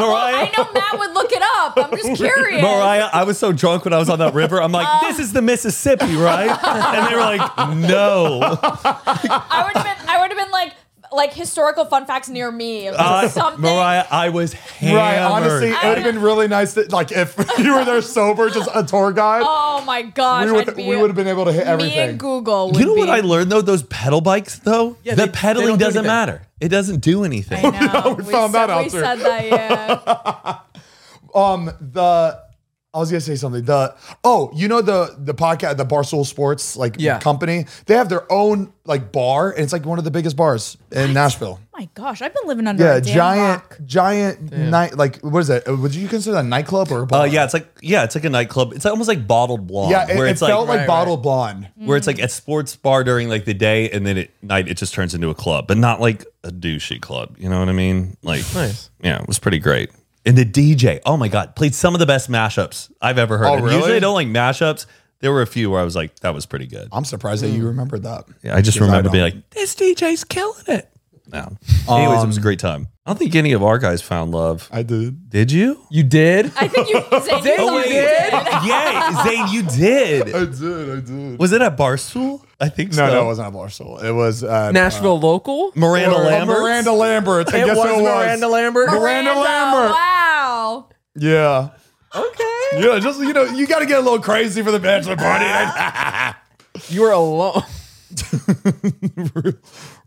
D: Mariah,
C: Oh, I know Matt would look it up. I'm just curious.
D: Mariah, I was so drunk when I was on that river. I'm like, this is the Mississippi, right? and they were like, no.
C: I would have been. I would have been like like historical fun facts near
B: Uh,
C: me. If there
D: I-
C: was something.
D: Mariah, I was hammered.
B: Right, honestly, it would have been really nice that like if you were there sober, just a tour guide,
C: Oh my gosh.
B: we would
C: I'd be-
B: we would have been able to hit
C: Me
B: everything.
C: and Google. Would
D: you know
C: be,
D: what I learned though? Those pedal bikes though,
A: Yeah, they-
D: the
A: they
D: pedaling
A: don't do
D: doesn't
A: anything.
D: matter. It doesn't do anything.
C: I know.
B: we found
C: said,
B: that out
C: We
B: too.
C: said that. Yeah. Oh
B: um, the I was gonna say something. The oh, you know the the podcast, the Barstool Sports like
A: Yeah.
B: company, they have their own like bar, and it's like one of the biggest bars in Nashville.
C: oh my gosh, I've been living under
B: Yeah,
C: a damn
B: giant,
C: rock.
B: giant night. Like, what is that? Uh, Would you consider that a nightclub or a bar?
D: Uh, yeah, it's like yeah, it's like a nightclub. It's almost like bottled blonde.
B: yeah. It,
D: where
B: it
D: it's
B: felt like
A: Right,
B: bottled blonde.
C: Mm-hmm.
D: where it's like
C: Mm.
D: a sports bar during like the day, and then at night it just turns into a club, but not like a douchey club. You know what I mean? Like,
A: Nice.
D: Yeah, it was pretty great. And the DJ, oh my god, played some of the best mashups I've ever heard.
B: Oh,
D: And
B: really?
D: Usually I don't like mashups. There were a few where I was like, that was pretty good.
B: I'm surprised that you remembered that.
D: Yeah, I just
B: Because
D: remember
B: don't.
D: being like, this DJ's killing it. No. Anyways, it was a great time. I don't think any of our guys found love.
B: Um, I did.
D: Did you? Oh,
A: You did?
C: I think you, Zane, you
A: you
C: thought you
A: did?
C: did.
D: yeah, Zane, you
B: I
D: did.
B: did. I did.
D: Was it at Barstool? I think
B: No,
D: so.
B: no, it wasn't at Barstool. It was uh,
A: Nashville local?
D: Miranda
B: uh,
D: Lambert.
B: Miranda Lambert. And
A: It
B: guess
A: was,
B: who it was
A: Miranda Lambert.
B: Miranda Lambert.
C: Wow.
B: Yeah.
A: Okay.
B: Yeah, just you know, you got to get a little crazy for the bachelor party.
A: You were alone.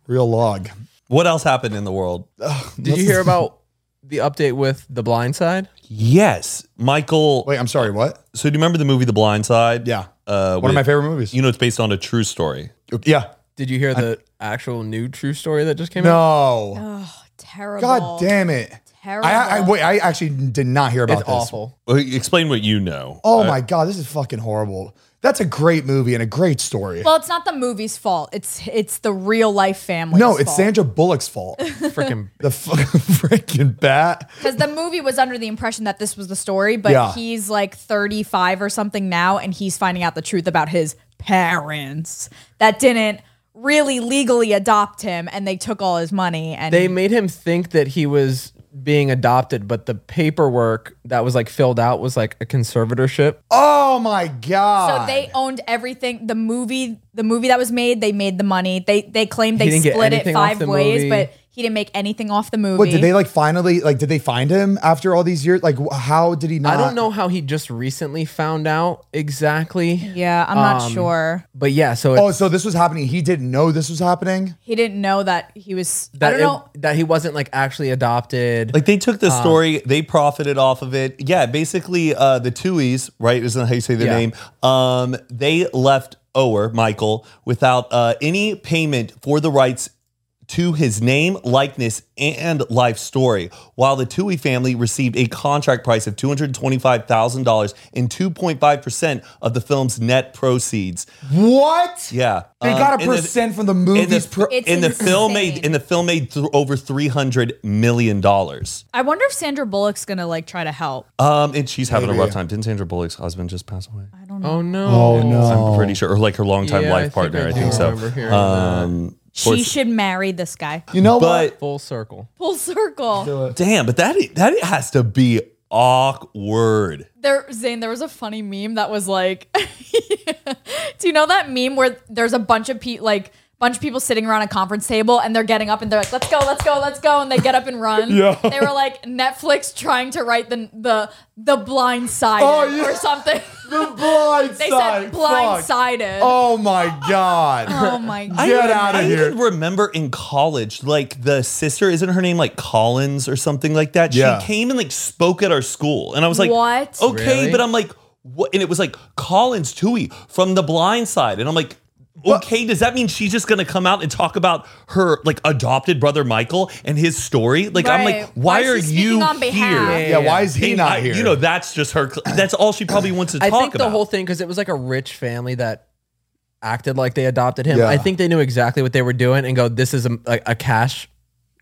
B: Real log.
D: What else happened in the world?
A: Did you hear about the update with The Blind Side?
D: Yes, Michael.
B: Wait, I'm sorry. What?
D: So do you remember the movie The Blind Side?
B: Yeah.
D: Uh,
B: One of my favorite movies.
D: You know, it's based on a true story.
B: yeah.
A: Did you hear the actual new true story that just came out?
B: No.
C: Oh, terrible.
B: God damn it.
C: Terrible.
B: I, I wait. I actually did not hear about
A: It's
B: this.
A: awful.
D: Well, Explain what you know.
B: Oh my god, this is fucking horrible. That's a great movie and a great story.
C: Well, it's not the movie's fault. It's it's the real life family.
B: no, it's Sandra Bullock's fault.
A: Freaking
B: the fucking freaking bat.
C: because the movie was under the impression that this was the story, but
B: Yeah.
C: he's like 35 or something now, and he's finding out the truth about his parents that didn't really legally adopt him, and they took all his money. And
A: they made him think that he was being adopted, but the paperwork that was like filled out was like a conservatorship.
B: Oh my god.
C: so they owned everything. The movie, the movie that was made, they made the money. They they claimed they
A: didn't get
C: split it
A: anything off
C: five
A: the
C: ways,
A: movie.
C: but he didn't make anything off the movie.
B: What did they like? Finally, like, did they find him after all these years? Like, wh- how did he not?
A: I don't know how he just recently found out exactly.
C: yeah, I'm
A: Um,
C: not sure.
A: But yeah, so
B: Oh,
A: it's
B: so this was happening. He didn't know this was happening.
C: He didn't know that he was.
A: that
C: I don't
A: it-
C: know.
A: that he wasn't like actually adopted.
D: Like they took the story, they profited off of it. Yeah, basically uh, the Tuies, right? Isn't that how you say their
A: Yeah.
D: name? Um, they left Ower Michael without uh, any payment for the rights to his name, likeness, and life story, while the Tui family received a contract price of $225,000 and 2.5% of the film's net proceeds.
B: What?
D: Yeah.
B: They
D: Um,
B: got a
D: and the-
B: percent from the
D: and
B: movie's.
D: the,
B: pro-
C: It's
D: and the film
C: insane.
D: made and the film made th- over three hundred million dollars.
C: I wonder if Sandra Bullock's gonna like try to help.
D: Um, and she's having
B: Maybe.
D: a rough time. Didn't Sandra Bullock's husband just pass away?
C: I don't know.
A: oh no.
B: oh no!
D: I'm pretty sure, or like her longtime
A: Yeah, I
D: life
A: think
D: partner.
A: I
D: I
A: do
D: think,
A: remember hearing
D: so. Um,
C: She
D: Or-
C: should marry this guy.
B: You know
D: but
A: Full circle.
C: Full circle.
B: what?
D: damn, but that that has to be awkward.
C: There, Zane, there was a funny meme that was like, do you know that meme where there's a bunch of people like bunch of people sitting around a conference table and they're getting up and they're like, let's go, let's go, let's go, and they get up and run.
B: Yeah.
C: They were like Netflix trying to write the the the blind side
B: Oh, yeah.
C: or something.
B: The blind
C: they
B: side.
C: said blind Oh.
B: Fuck.
C: sided. Oh,
B: Oh my god!
C: my
D: I
C: god.
B: Get
D: even-
B: outta
D: I
B: here.
D: even remember in college, like the sister, isn't her name like Collins or something like that?
B: Yeah.
D: She came and like spoke at our school. And I was like,
C: What?
D: Okay,
A: Really?
D: but I'm like, what? And it was like Collins Tui from the blind side. And I'm like, okay, does that mean she's just gonna come out and talk about her like adopted brother Michael and his story? Like, I'm
C: Right.
D: like,
C: Why
D: why,
C: is
D: are
C: she speaking
D: you
C: on behalf?
D: here?
B: yeah, why is he
D: And
B: not
D: I-
B: here?
D: You know, that's just her. cl- That's all she probably wants to
A: I
D: talk
A: think
D: about.
A: the whole thing because it was like a rich family that acted like they adopted him.
B: Yeah.
A: I think they knew exactly what they were doing and go, "This is a, a, a cash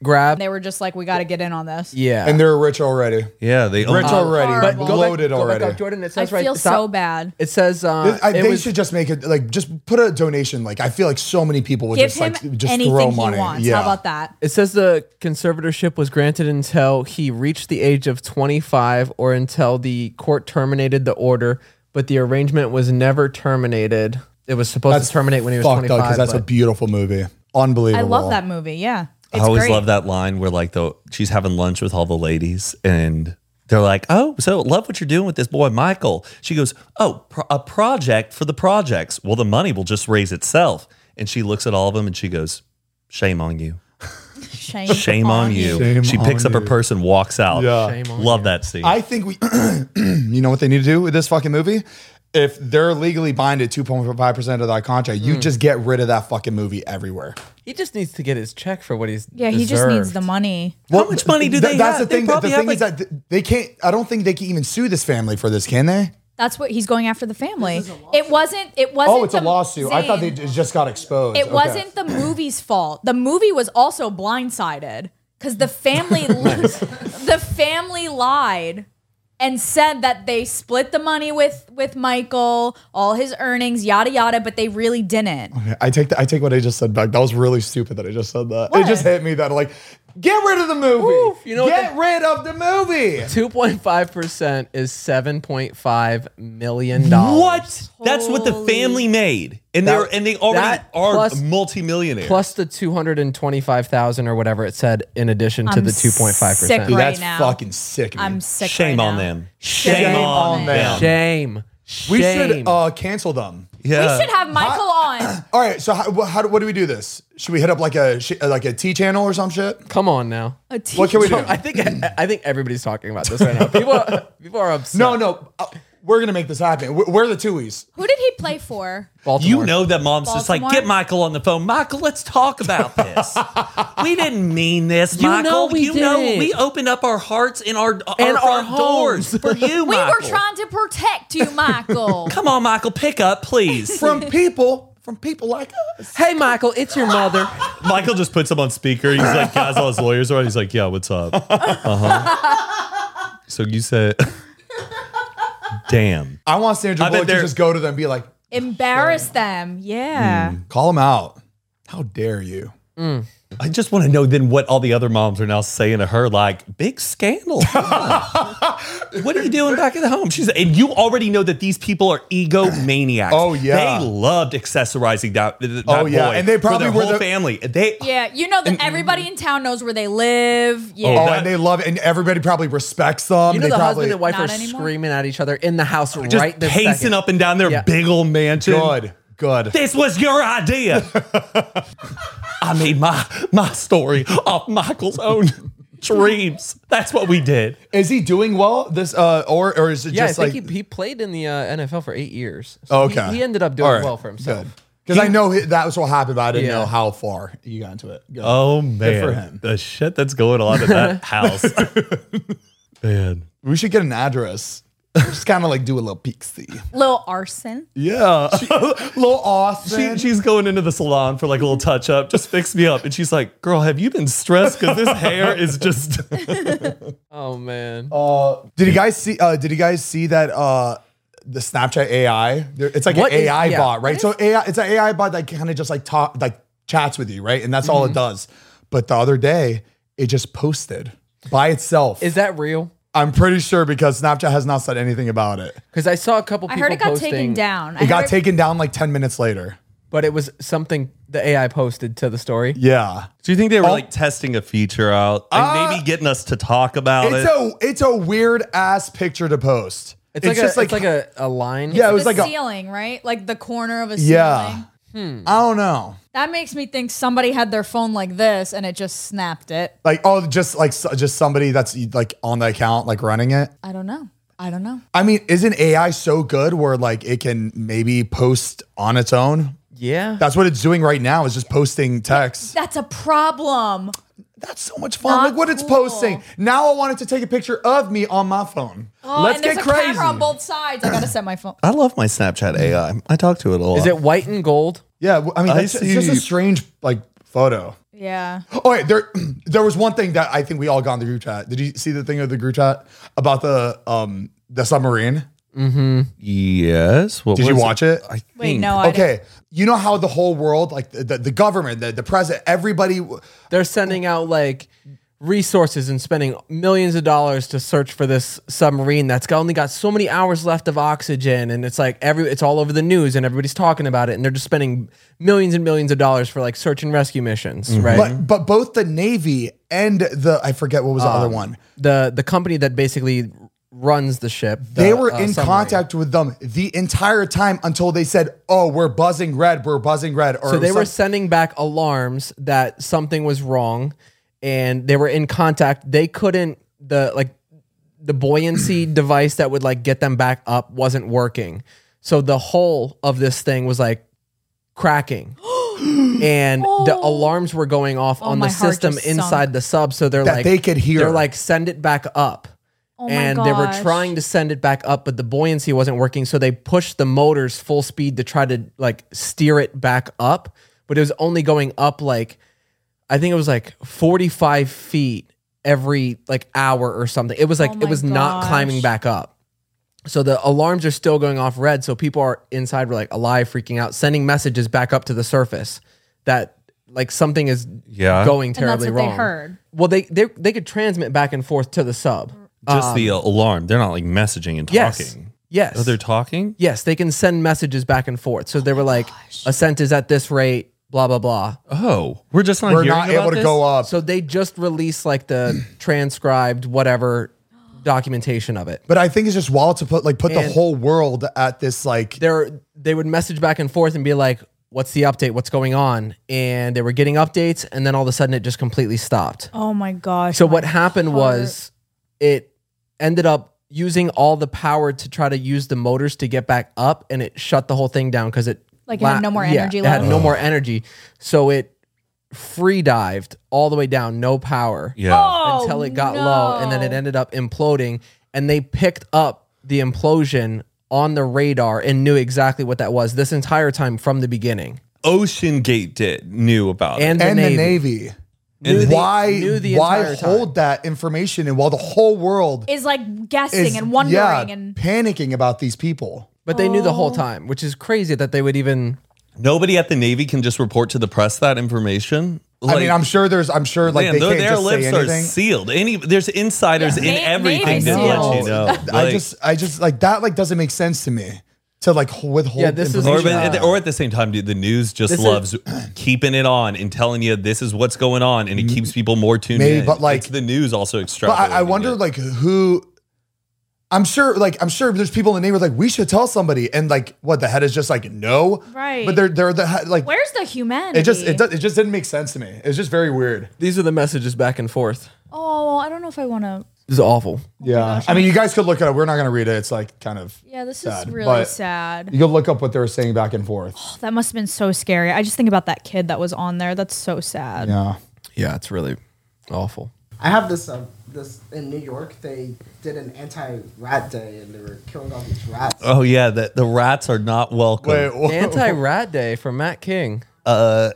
A: grab."
C: They were just like, we got to get in on this.
A: yeah,
B: and they're rich already.
D: yeah, they
B: Rich already,
C: But go back-
B: loaded
A: go back
B: already.
A: up, Jordan, it
C: I
A: says right.
C: feel
A: it's
C: so
A: not-
C: bad.
A: It says uh,
B: This- I-
A: it
B: they
A: was-
B: should just make it like just put a donation. Like I feel like so many people would
C: Give
B: just
C: him
B: like just
C: anything
B: throw
C: he
B: money.
C: wants.
B: Yeah.
C: How about that?
A: It says the conservatorship was granted until he reached the age of 25 or until the court terminated the order, but the arrangement was never terminated. It was supposed to terminate when he was
B: fucked up
A: 25.
B: that's a
A: but-
B: beautiful movie. Unbelievable.
C: I love that movie. Yeah. It's
D: I always
C: great.
D: love that line where like the she's having lunch with all the ladies and they're like, "Oh, so love what you're doing with this boy Michael." She goes, "Oh, pro- a project for the projects. Well, the money will just raise itself." And she looks at all of them and she goes, "Shame on you.
C: Shame,
D: Shame on you."
B: Shame
D: she picks
B: on
D: up her
B: you.
D: purse and walks out.
B: Yeah.
A: Shame on
D: Love that scene.
B: I think we, you know what they need to do with this fucking movie? If they're legally binded 2.5% of that contract,
A: Hmm.
B: you just get rid of that fucking movie everywhere.
A: He just needs to get his check for what he's
C: Yeah, he just needs the
A: deserved.
C: money.
D: How much money do
B: Th-
D: they
B: that's
D: have?
B: the
D: They
B: thing. that- The
D: probably
B: thing
D: have,
B: is
D: like-
B: that th- they can't, I don't think they can even sue this family for this, can they?
C: That's what he's going after the family. It wasn't. It wasn't.
B: Oh, it's a
C: the-
B: lawsuit. I thought they
C: Zane,
B: d- just got exposed.
C: It
B: Okay.
C: wasn't the movie's fault. The movie was also blindsided because the family, the family lied. and said that they split the money with with Michael, all his earnings, yada yada, but they really didn't.
B: I take that. I take what I just said back. That was really stupid that I just said that. It
C: What?
B: just hit me that like, get rid of the movie.
A: Oof, you know what
B: get
A: the-
B: rid of the movie.
A: 2.5% is $7.5 million. dollars.
D: What? That's what the
C: Holy-
D: family made, and
A: Oh, That-
D: they're and they already
A: that
D: are
A: plus-
D: multimillionaires.
A: Plus the 225,000 or whatever it said in addition to
C: I'm
A: the 2.5%.
C: sick
B: Dude,
C: Right
B: that's
C: now.
B: fucking sick.
C: I'm
B: man.
C: sick.
D: Shame
C: right
D: on
C: now.
D: them.
C: Shame
B: on
A: Um,
B: them.
A: Shame.
B: we
A: Shame.
B: should uh, cancel them.
C: We
D: Yeah.
C: should have Michael on.
B: All right. So how, wh- how do, what do we do this? Should we hit up like a sh- uh, like a T channel or some shit?
A: Come on now.
C: A teacher.
B: What can we do?
A: I think I think everybody's talking about this right now. People are, people are upset.
B: no, no. Uh, we're gonna make this happen. We're, we're the twoies.
C: Who did he play for?
A: Baltimore.
D: You know that mom's just like,
C: Baltimore?
D: get Michael on the phone. Michael, let's talk about this. we didn't mean this,
A: You
D: Michael.
A: know we
D: you know
A: didn't.
D: we opened up our hearts and our, our
A: And our
D: front doors
A: homes.
D: for you,
C: We
D: Michael.
C: were trying to protect you, Michael.
D: Come on, Michael, pick up, please.
B: From people, from people like us.
A: Hey, Michael, it's your mother.
D: Michael just puts him on speaker. He's like, guys, all his lawyers are. He's like, yeah, what's up? Uh-huh. So you said, damn.
B: I want Sandra
D: I bet
B: Bullock to
D: they're-
B: just go to them and be like,
C: Embarrass them. Yeah.
B: call them out. How dare you?
D: I just want to know then what all the other moms are now saying to her, like, big scandal. what are you doing back at home? She's and you already know that these people are egomaniacs.
B: Oh, yeah.
D: They loved accessorizing that, that
B: Oh, yeah,
D: boy
B: and they
D: for
B: probably
D: their
B: were
D: whole
B: the-
D: family. They
C: Yeah. You know that everybody in town knows where they live. Yeah.
B: Oh,
D: that-
B: and they love it, and everybody probably respects them.
A: You know
B: they
A: the
B: probably
A: husband and wife
C: Not
A: are
C: anymore?
A: screaming at each other in the house
D: just
A: right this
D: pacing
A: second.
D: up and down their
A: Yeah.
D: big old mansion.
B: good, good.
D: This was your idea. I made my my story off Michael's own dreams. That's what we did.
B: Is he doing well? This uh, or or is it
A: Yeah,
B: just
A: I think
B: like Oh,
A: he, he played in the uh, NFL for eight years. So he-
B: okay?
A: He, ended up doing
B: All right,
A: well for himself.
B: good. Because I know he- that was what happened, but I didn't
A: Yeah.
B: know how far you got into it. Good.
D: Oh man,
B: for him.
D: the shit that's going on in that house, man.
B: we should get an address. just kind of like do a little peek see.
C: Little arson.
D: Yeah,
B: little Austin.
D: she, she's going into the salon for like a little touch up, just fix me up, and she's like, "Girl, have you been stressed? Because this hair is just."
A: Oh man.
B: uh, did you guys see? Uh, did you guys see that? Uh, the Snapchat AI, There- it's like
A: What
B: an
A: is-
B: AI
A: yeah.
B: bot, right? So AI, it's an AI bot that kind of just like talk, like chats with you, right? And that's all
A: Mm-hmm.
B: it does. But the other day, it just posted by itself.
A: Is that real?
B: I'm pretty sure because Snapchat has not said anything about it.
A: Because I saw a couple
C: I
A: people
C: heard it got
A: posting,
C: taken down. I
B: It got
C: heard-
B: taken down like 10 minutes later.
A: but it was something the AI posted to the story.
B: Yeah.
D: Do you think they were like testing a feature out, like maybe getting us to talk about
B: It's a it's a weird ass picture to post.
A: It's, like, a, it's like a, a line.
B: yeah, it was
C: the
B: like a
C: ceiling, right? Like the corner of a ceiling.
B: yeah. I don't know.
C: That makes me think somebody had their phone like this and it just snapped it.
B: Like oh just like so- just somebody that's like on the account like running it.
C: I don't know. I don't know.
B: I mean, isn't AI so good where like it can maybe post on its own?
A: Yeah.
B: That's what it's doing right now is just posting text.
C: That's a problem.
B: That's so much fun.
C: Not
B: Look what it's
C: cool.
B: posting. Now I wanted to take a picture of me on my phone.
C: Oh,
B: Let's
C: and
B: get
C: there's a
B: crazy.
C: camera on both sides. I gotta set my phone.
D: I love my Snapchat AI. I talk to it a lot.
A: Is it white and gold?
B: Yeah, well, I mean,
D: I
B: that's, it's just a
D: see.
B: strange like photo.
C: Yeah.
B: Oh, wait, there, there was one thing that I think we all got in the group chat. Did you see the thing of the group chat about the um the submarine?
D: Yes. What
B: Did you
D: was
B: watch it?
D: I think.
C: Wait, no. I didn't.
B: Okay, you know how the whole world, like the, the, the government, the, the president, everybody,
A: They're sending out like resources and spending millions of dollars to search for this submarine that's got, only got so many hours left of oxygen and it's like every it's all over the news and everybody's talking about it and they're just spending millions and millions of dollars for like search and rescue missions, right?
B: Mm-hmm. but but both the navy and the I forget what was the other one.
A: the the company that basically runs the ship, the,
B: They were
A: uh,
B: in
A: submarine.
B: contact with them the entire time until they said, "Oh, we're buzzing red, we're buzzing red." Or
A: So they were
B: some-
A: sending back alarms that something was wrong, and they were in contact. They couldn't the like the buoyancy device that would like get them back up wasn't working. So the hull of this thing was like cracking. and the
B: Oh.
A: alarms were going off on the
C: my heart
A: system
C: just sunk.
A: inside the sub so they're
B: That
A: like
B: they could hear.
A: they're like send it back up
C: Oh my
A: and they were
C: gosh.
A: trying to send it back up but the buoyancy wasn't working so they pushed the motors full speed to try to like steer it back up but it was only going up like i think it was like 45 feet every like hour or something. It was like
C: Oh
A: it
C: my
A: was not
C: gosh.
A: climbing back up. So the alarms are still going off red. So people are inside, were like alive, freaking out, sending messages back up to the surface that like something is
D: Yeah.
A: going
C: And that's
A: terribly
C: what they
A: wrong.
C: heard.
A: Well, they, they they could transmit back and forth to the sub.
D: Just the
B: Um,
D: alarm. They're not like messaging and talking.
A: Yes. Yes.
D: Oh, they're talking?
A: Yes, they can send messages back and forth. So they were like, ascent is at this rate, blah, blah, blah.
D: Oh, we're just not
B: We're
D: hearing
B: not
D: about
B: able to
D: this?
B: go up.
A: So they just released like the transcribed whatever documentation of it.
B: But I think it's just wild to put like put the
A: And-
B: whole world at this like
A: They're, they would message back and forth and be like, what's the update? What's going on? And they were getting updates. And then all of a sudden it just completely stopped.
C: Oh my gosh.
A: So
C: my
A: what happened was it ended up using all the power to try to use the motors to get back up and it shut the whole thing down because it
C: Like it had no more energy
A: it
C: left.
A: had no more energy. So it free dived all the way down, no power
D: Yeah.
C: Oh,
A: until it got low and then it
C: no.
A: ended up imploding and they picked up the implosion on the radar and knew exactly what that was this entire time from the beginning.
D: Ocean Gate did knew about
A: And,
B: and
A: the, Navy.
B: the Navy.
A: Knew the-
B: why
A: knew the
B: why
A: entire time.
B: hold that information and while the whole world
C: is like guessing
B: is
C: and wondering
B: yeah,
C: and
B: panicking about these people.
A: But they knew the
C: Oh.
A: whole time, which is crazy that they would even
D: it. Nobody at the Navy can just report to the press that information.
B: I mean, I'm sure there's I'm sure like
D: man,
B: they
D: their-
B: can't
D: their
B: just say
D: lips are
B: anything.
D: sealed. Any there's insiders
C: Yeah,
D: in
C: na-
D: everything
C: Navy
D: that let you
C: SEALs.
D: know.
B: I
D: Like-
B: just I just like that like doesn't make sense to me to like h- withhold
A: Yeah, this is-
D: or,
B: information.
D: but at the- or at the same time, dude, the news just
A: This is-
D: loves keeping it on and telling you this is what's going on, and it keeps people more tuned
B: Maybe,
D: in.
B: but, like-
D: It's the news also extrapolating.
B: But I, I wonder,
D: it.
B: like, who. I'm sure, like, I'm sure there's people in the neighborhood like we should tell somebody, and like, what the head is just like no,
C: Right.
B: But they're they're the like
C: where's the humanity?
B: it just it does, it just didn't make sense to me. It's just very weird.
A: these are the messages back and forth.
C: Oh, I don't know if I want to.
A: This is awful.
B: Yeah, I mean, you guys could look it up. We're not gonna read it. It's like kind of
C: Oh Yeah, this
B: Sad,
C: is really
B: but-
C: sad. Oh,
B: you could look up what they were saying back and forth.
C: That must have been so scary. I just think about that kid that was on there. That's so sad.
B: Yeah,
A: Yeah, it's really awful.
E: I have this uh, this in New York. They did an anti-rat day, and they were killing all these rats.
A: Uh,
D: Oh yeah, the, the rats are not welcome.
B: wait, wha-
A: Anti Rat Day from Matt King. Uh,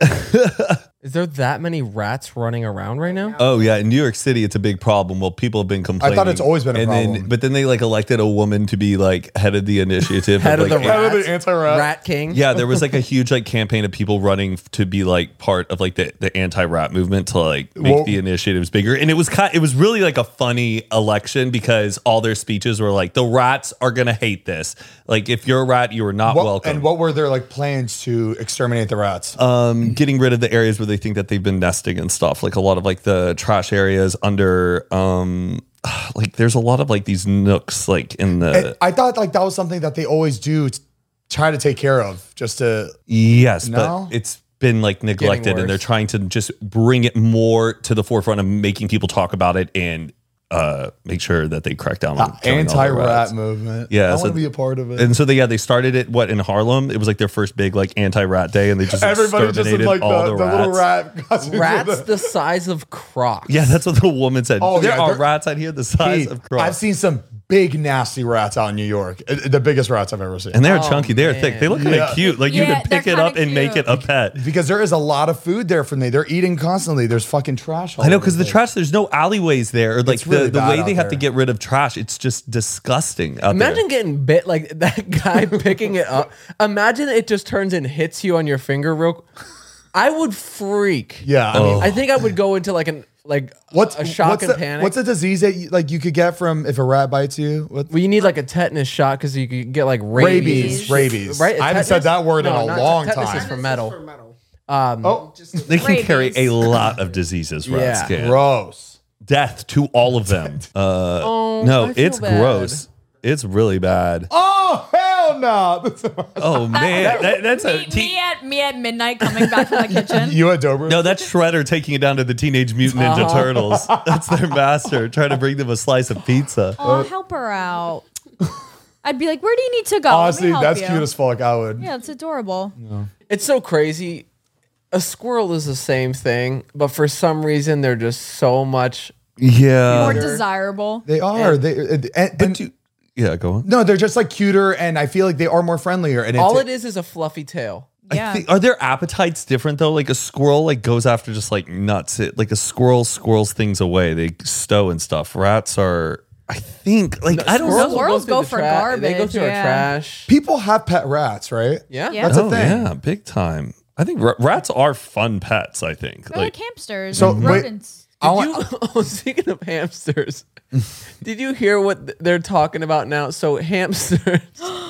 A: is there that many rats running around right now?
D: Oh yeah, in New York City, it's a big problem. Well, people have been complaining.
B: it's always been a
D: and Then,
B: problem.
D: but then they like elected a woman to be like head of the initiative.
A: Head of
D: like,
A: the
D: a-
A: rat.
B: Kind of the anti-rat.
A: Rat King.
D: Yeah, there was like a huge like campaign of people running f- to be like part of like the, the anti-rap movement to like make
B: Well-
D: the initiatives bigger. And it was kind it was really like a funny election because all their speeches were like the rats are going to hate this. Like if you're a rat, you are not
B: What-
D: welcome.
B: And what were their like plans to exterminate the rats?
D: um, getting rid of the areas where they think that they've been nesting and stuff. Like a lot of like the trash areas under um like there's a lot of like these nooks like in the
B: I thought like that was something that they always do, to try to take care of, just to
D: Yes,
B: No?
D: but it's been like neglected and they're
A: worse.
D: trying to just bring it more to the forefront of making people talk about it and uh, make sure that they crack down on killing all the
B: Ah, anti-rat
D: rats.
B: movement.
D: Yeah,
B: I
D: so-
B: want to be a part of it.
D: And so they yeah they started it what in Harlem it was like their first big like anti rat day and they just
B: Everybody just looked
D: exterminated
B: like
D: all
B: the,
D: the,
B: the,
D: rats.
B: little rat. costumes with
A: Rats
B: the-
A: the size of crocs.
D: Yeah, that's what the woman said.
B: Oh,
D: Oh, there
B: yeah,
D: are
B: they're-
D: rats out here the size
B: Pete,
D: of crocs.
B: I've seen some big nasty rats out in New York. Uh, The biggest rats I've ever seen.
D: and they're chunky, they're thick.
A: man.
D: They look kind of cute. Like you
C: Yeah,
D: could
C: they're
D: pick it up
C: kinda
D: and make
C: cute.
D: it a pet.
B: because there is a lot of food there from they. They're eating constantly. There's fucking trash. All
D: I know
B: over
D: because the
B: place.
D: trash, there's no alleyways there. Or like
B: It's really
D: the, the
B: bad
D: way
B: out
D: they have to
B: there.
D: get rid of trash, it's just disgusting. Out there.
A: Imagine getting bit like that guy picking it up. Imagine it just turns and hits you on your finger real I would freak.
B: Yeah, I mean,
D: Oh.
A: I think I would go into like an like
B: what's
A: a shock
B: what's
A: and
B: the,
A: panic.
B: What's a disease that you, like you could get from if a rat bites you? What?
A: well, you need like a tetanus shot because you could get like rabies.
B: Rabies, rabies.
A: Right?
B: I haven't said
A: Tetanus?
B: that word
A: No,
B: in a
A: not-
B: long
A: tetanus
B: time.
A: is for metal.
E: For metal.
B: oh,
E: Just
D: They can
C: Rabies.
D: carry a lot of diseases, rats
A: Yeah.
D: can.
B: gross.
D: Death to all of them. Uh, no,
A: I feel
D: it's
A: bad.
D: gross. It's really bad. Oh,
B: Oh hell no!
D: man, that, that's a
C: Me, me
D: te-
C: at me at midnight coming back from the kitchen.
B: you a Dober?
D: no. That's Shredder taking it down to the Teenage Mutant Ninja Turtles. That's their master trying to bring them a slice of pizza.
B: Uh,
C: Oh, help her out. I'd be like, where do you need to go? Let me
B: Honestly,
C: help
B: that's
C: you."
B: cute as fuck. I would.
C: Yeah, it's adorable.
A: It's so crazy. A squirrel is the same thing, but for some reason they're just so much.
C: More
D: Yeah,
C: desirable.
B: They are. they and, and-
D: yeah. Go on.
B: no, they're just like cuter, and I feel like they are more friendlier. And
A: All
B: it's,
A: it is is a fluffy tail.
C: Yeah.
D: I think, are their appetites different though? Like a squirrel, like goes after just like nuts. It like a squirrel squirrels things away. They stow and stuff. Rats are, I think, like I
C: squirrels
D: don't know.
C: are- Squirrels
A: through
C: go
A: the
C: for
A: They go
C: garbage,
A: through our
C: yeah.
A: trash.
B: People have pet rats, right?
A: Yeah.
C: Yeah.
B: That's a
D: Oh,
B: thing.
D: yeah, big time. I think ra- rats are fun pets. I think
C: They're like, hamsters.
B: So,
C: and
B: wait-
C: rodents.
B: I
A: Did you, oh, speaking of hamsters, did you hear what th- they're talking about now? So hamsters,
C: Don't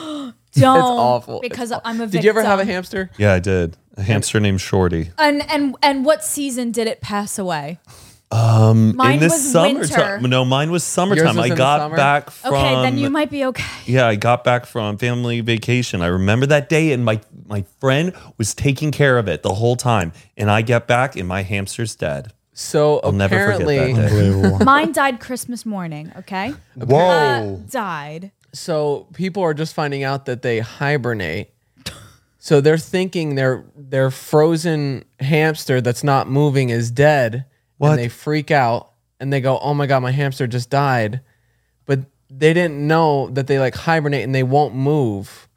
A: awful. It's
C: Oh, because I'm a victim.
A: did you ever have a hamster?
D: yeah, I did. A hamster named Shorty.
C: And and and what season did it pass away? Um, mine
D: in the
C: was
D: summertime.
C: winter.
D: No, mine was
A: Yours
D: summertime.
A: was
D: I
A: in the
D: got
A: summer?
D: back from
C: okay, then you might be okay.
D: Yeah, I got back from family vacation. I remember that day, and my my friend was taking care of it the whole time. And I get back, and my hamster's dead.
A: So
D: never forget that
A: apparently,
D: day.
B: Unbelievable.
C: Mine died Christmas morning. Okay, uh,
B: Whoa.
C: died.
A: so people are just finding out that they hibernate. So they're thinking their their frozen hamster that's not moving is dead,
D: What?
A: and they freak out and they go, "Oh my god, my hamster just died!" But they didn't know that they like hibernate and they won't move,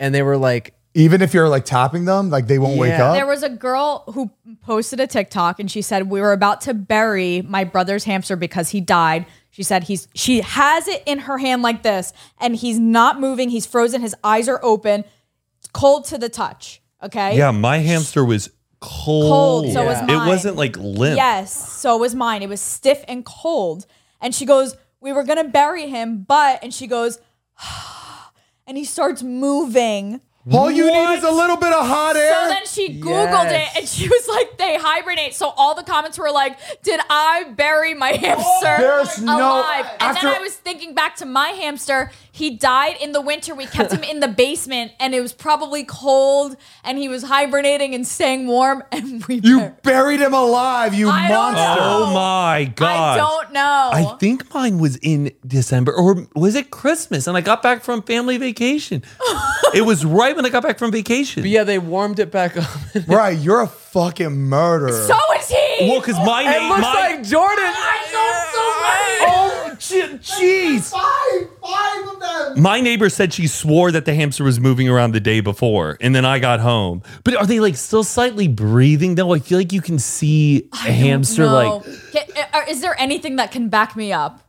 A: and they were like,
B: Even if you're like tapping them, like they won't wake
A: Yeah.
B: up.
C: There was a girl who posted a TikTok and she said, We were about to bury my brother's hamster because he died. She said he's she has it in her hand like this, and he's not moving, he's frozen, his eyes are open, cold to the touch. Okay.
D: Yeah, my hamster was cold.
C: Cold, so was mine.
D: It wasn't like limp.
C: Yes. So was mine. It was stiff and cold. And she goes, We were gonna bury him, but and she goes, and he starts moving.
B: All you need is a little bit of hot
C: So
B: air.
C: then she Googled
A: Yes.
C: it and she was like, they hibernate. So all the comments were like, did I bury my hamster
B: Oh, There's no-
C: alive? and
B: after-
C: then I was thinking back to my hamster. He died in the winter. We kept him in the basement and it was probably cold and he was hibernating and staying warm. And we
B: you
C: bur-
B: buried him alive, you
C: I don't
B: monster.
C: know.
D: Oh my
C: I
D: god.
C: don't know.
D: I think mine was in December or was it Christmas? And I got back from family vacation. it was right when I got back from vacation.
A: "But yeah, they warmed it back up." it
B: Right, you're a fucking murderer.
C: so is he.
D: Well, because mine ate
A: looks
D: my-
A: like Jordan.
B: oh, je- jeez.
E: Five, five of them.
D: My neighbor said she swore that the hamster was moving around the day before, and then I got home. But are they like still slightly breathing though? I feel like you can see a hamster
C: No.
D: like
C: Get- uh, is there anything that can back me up?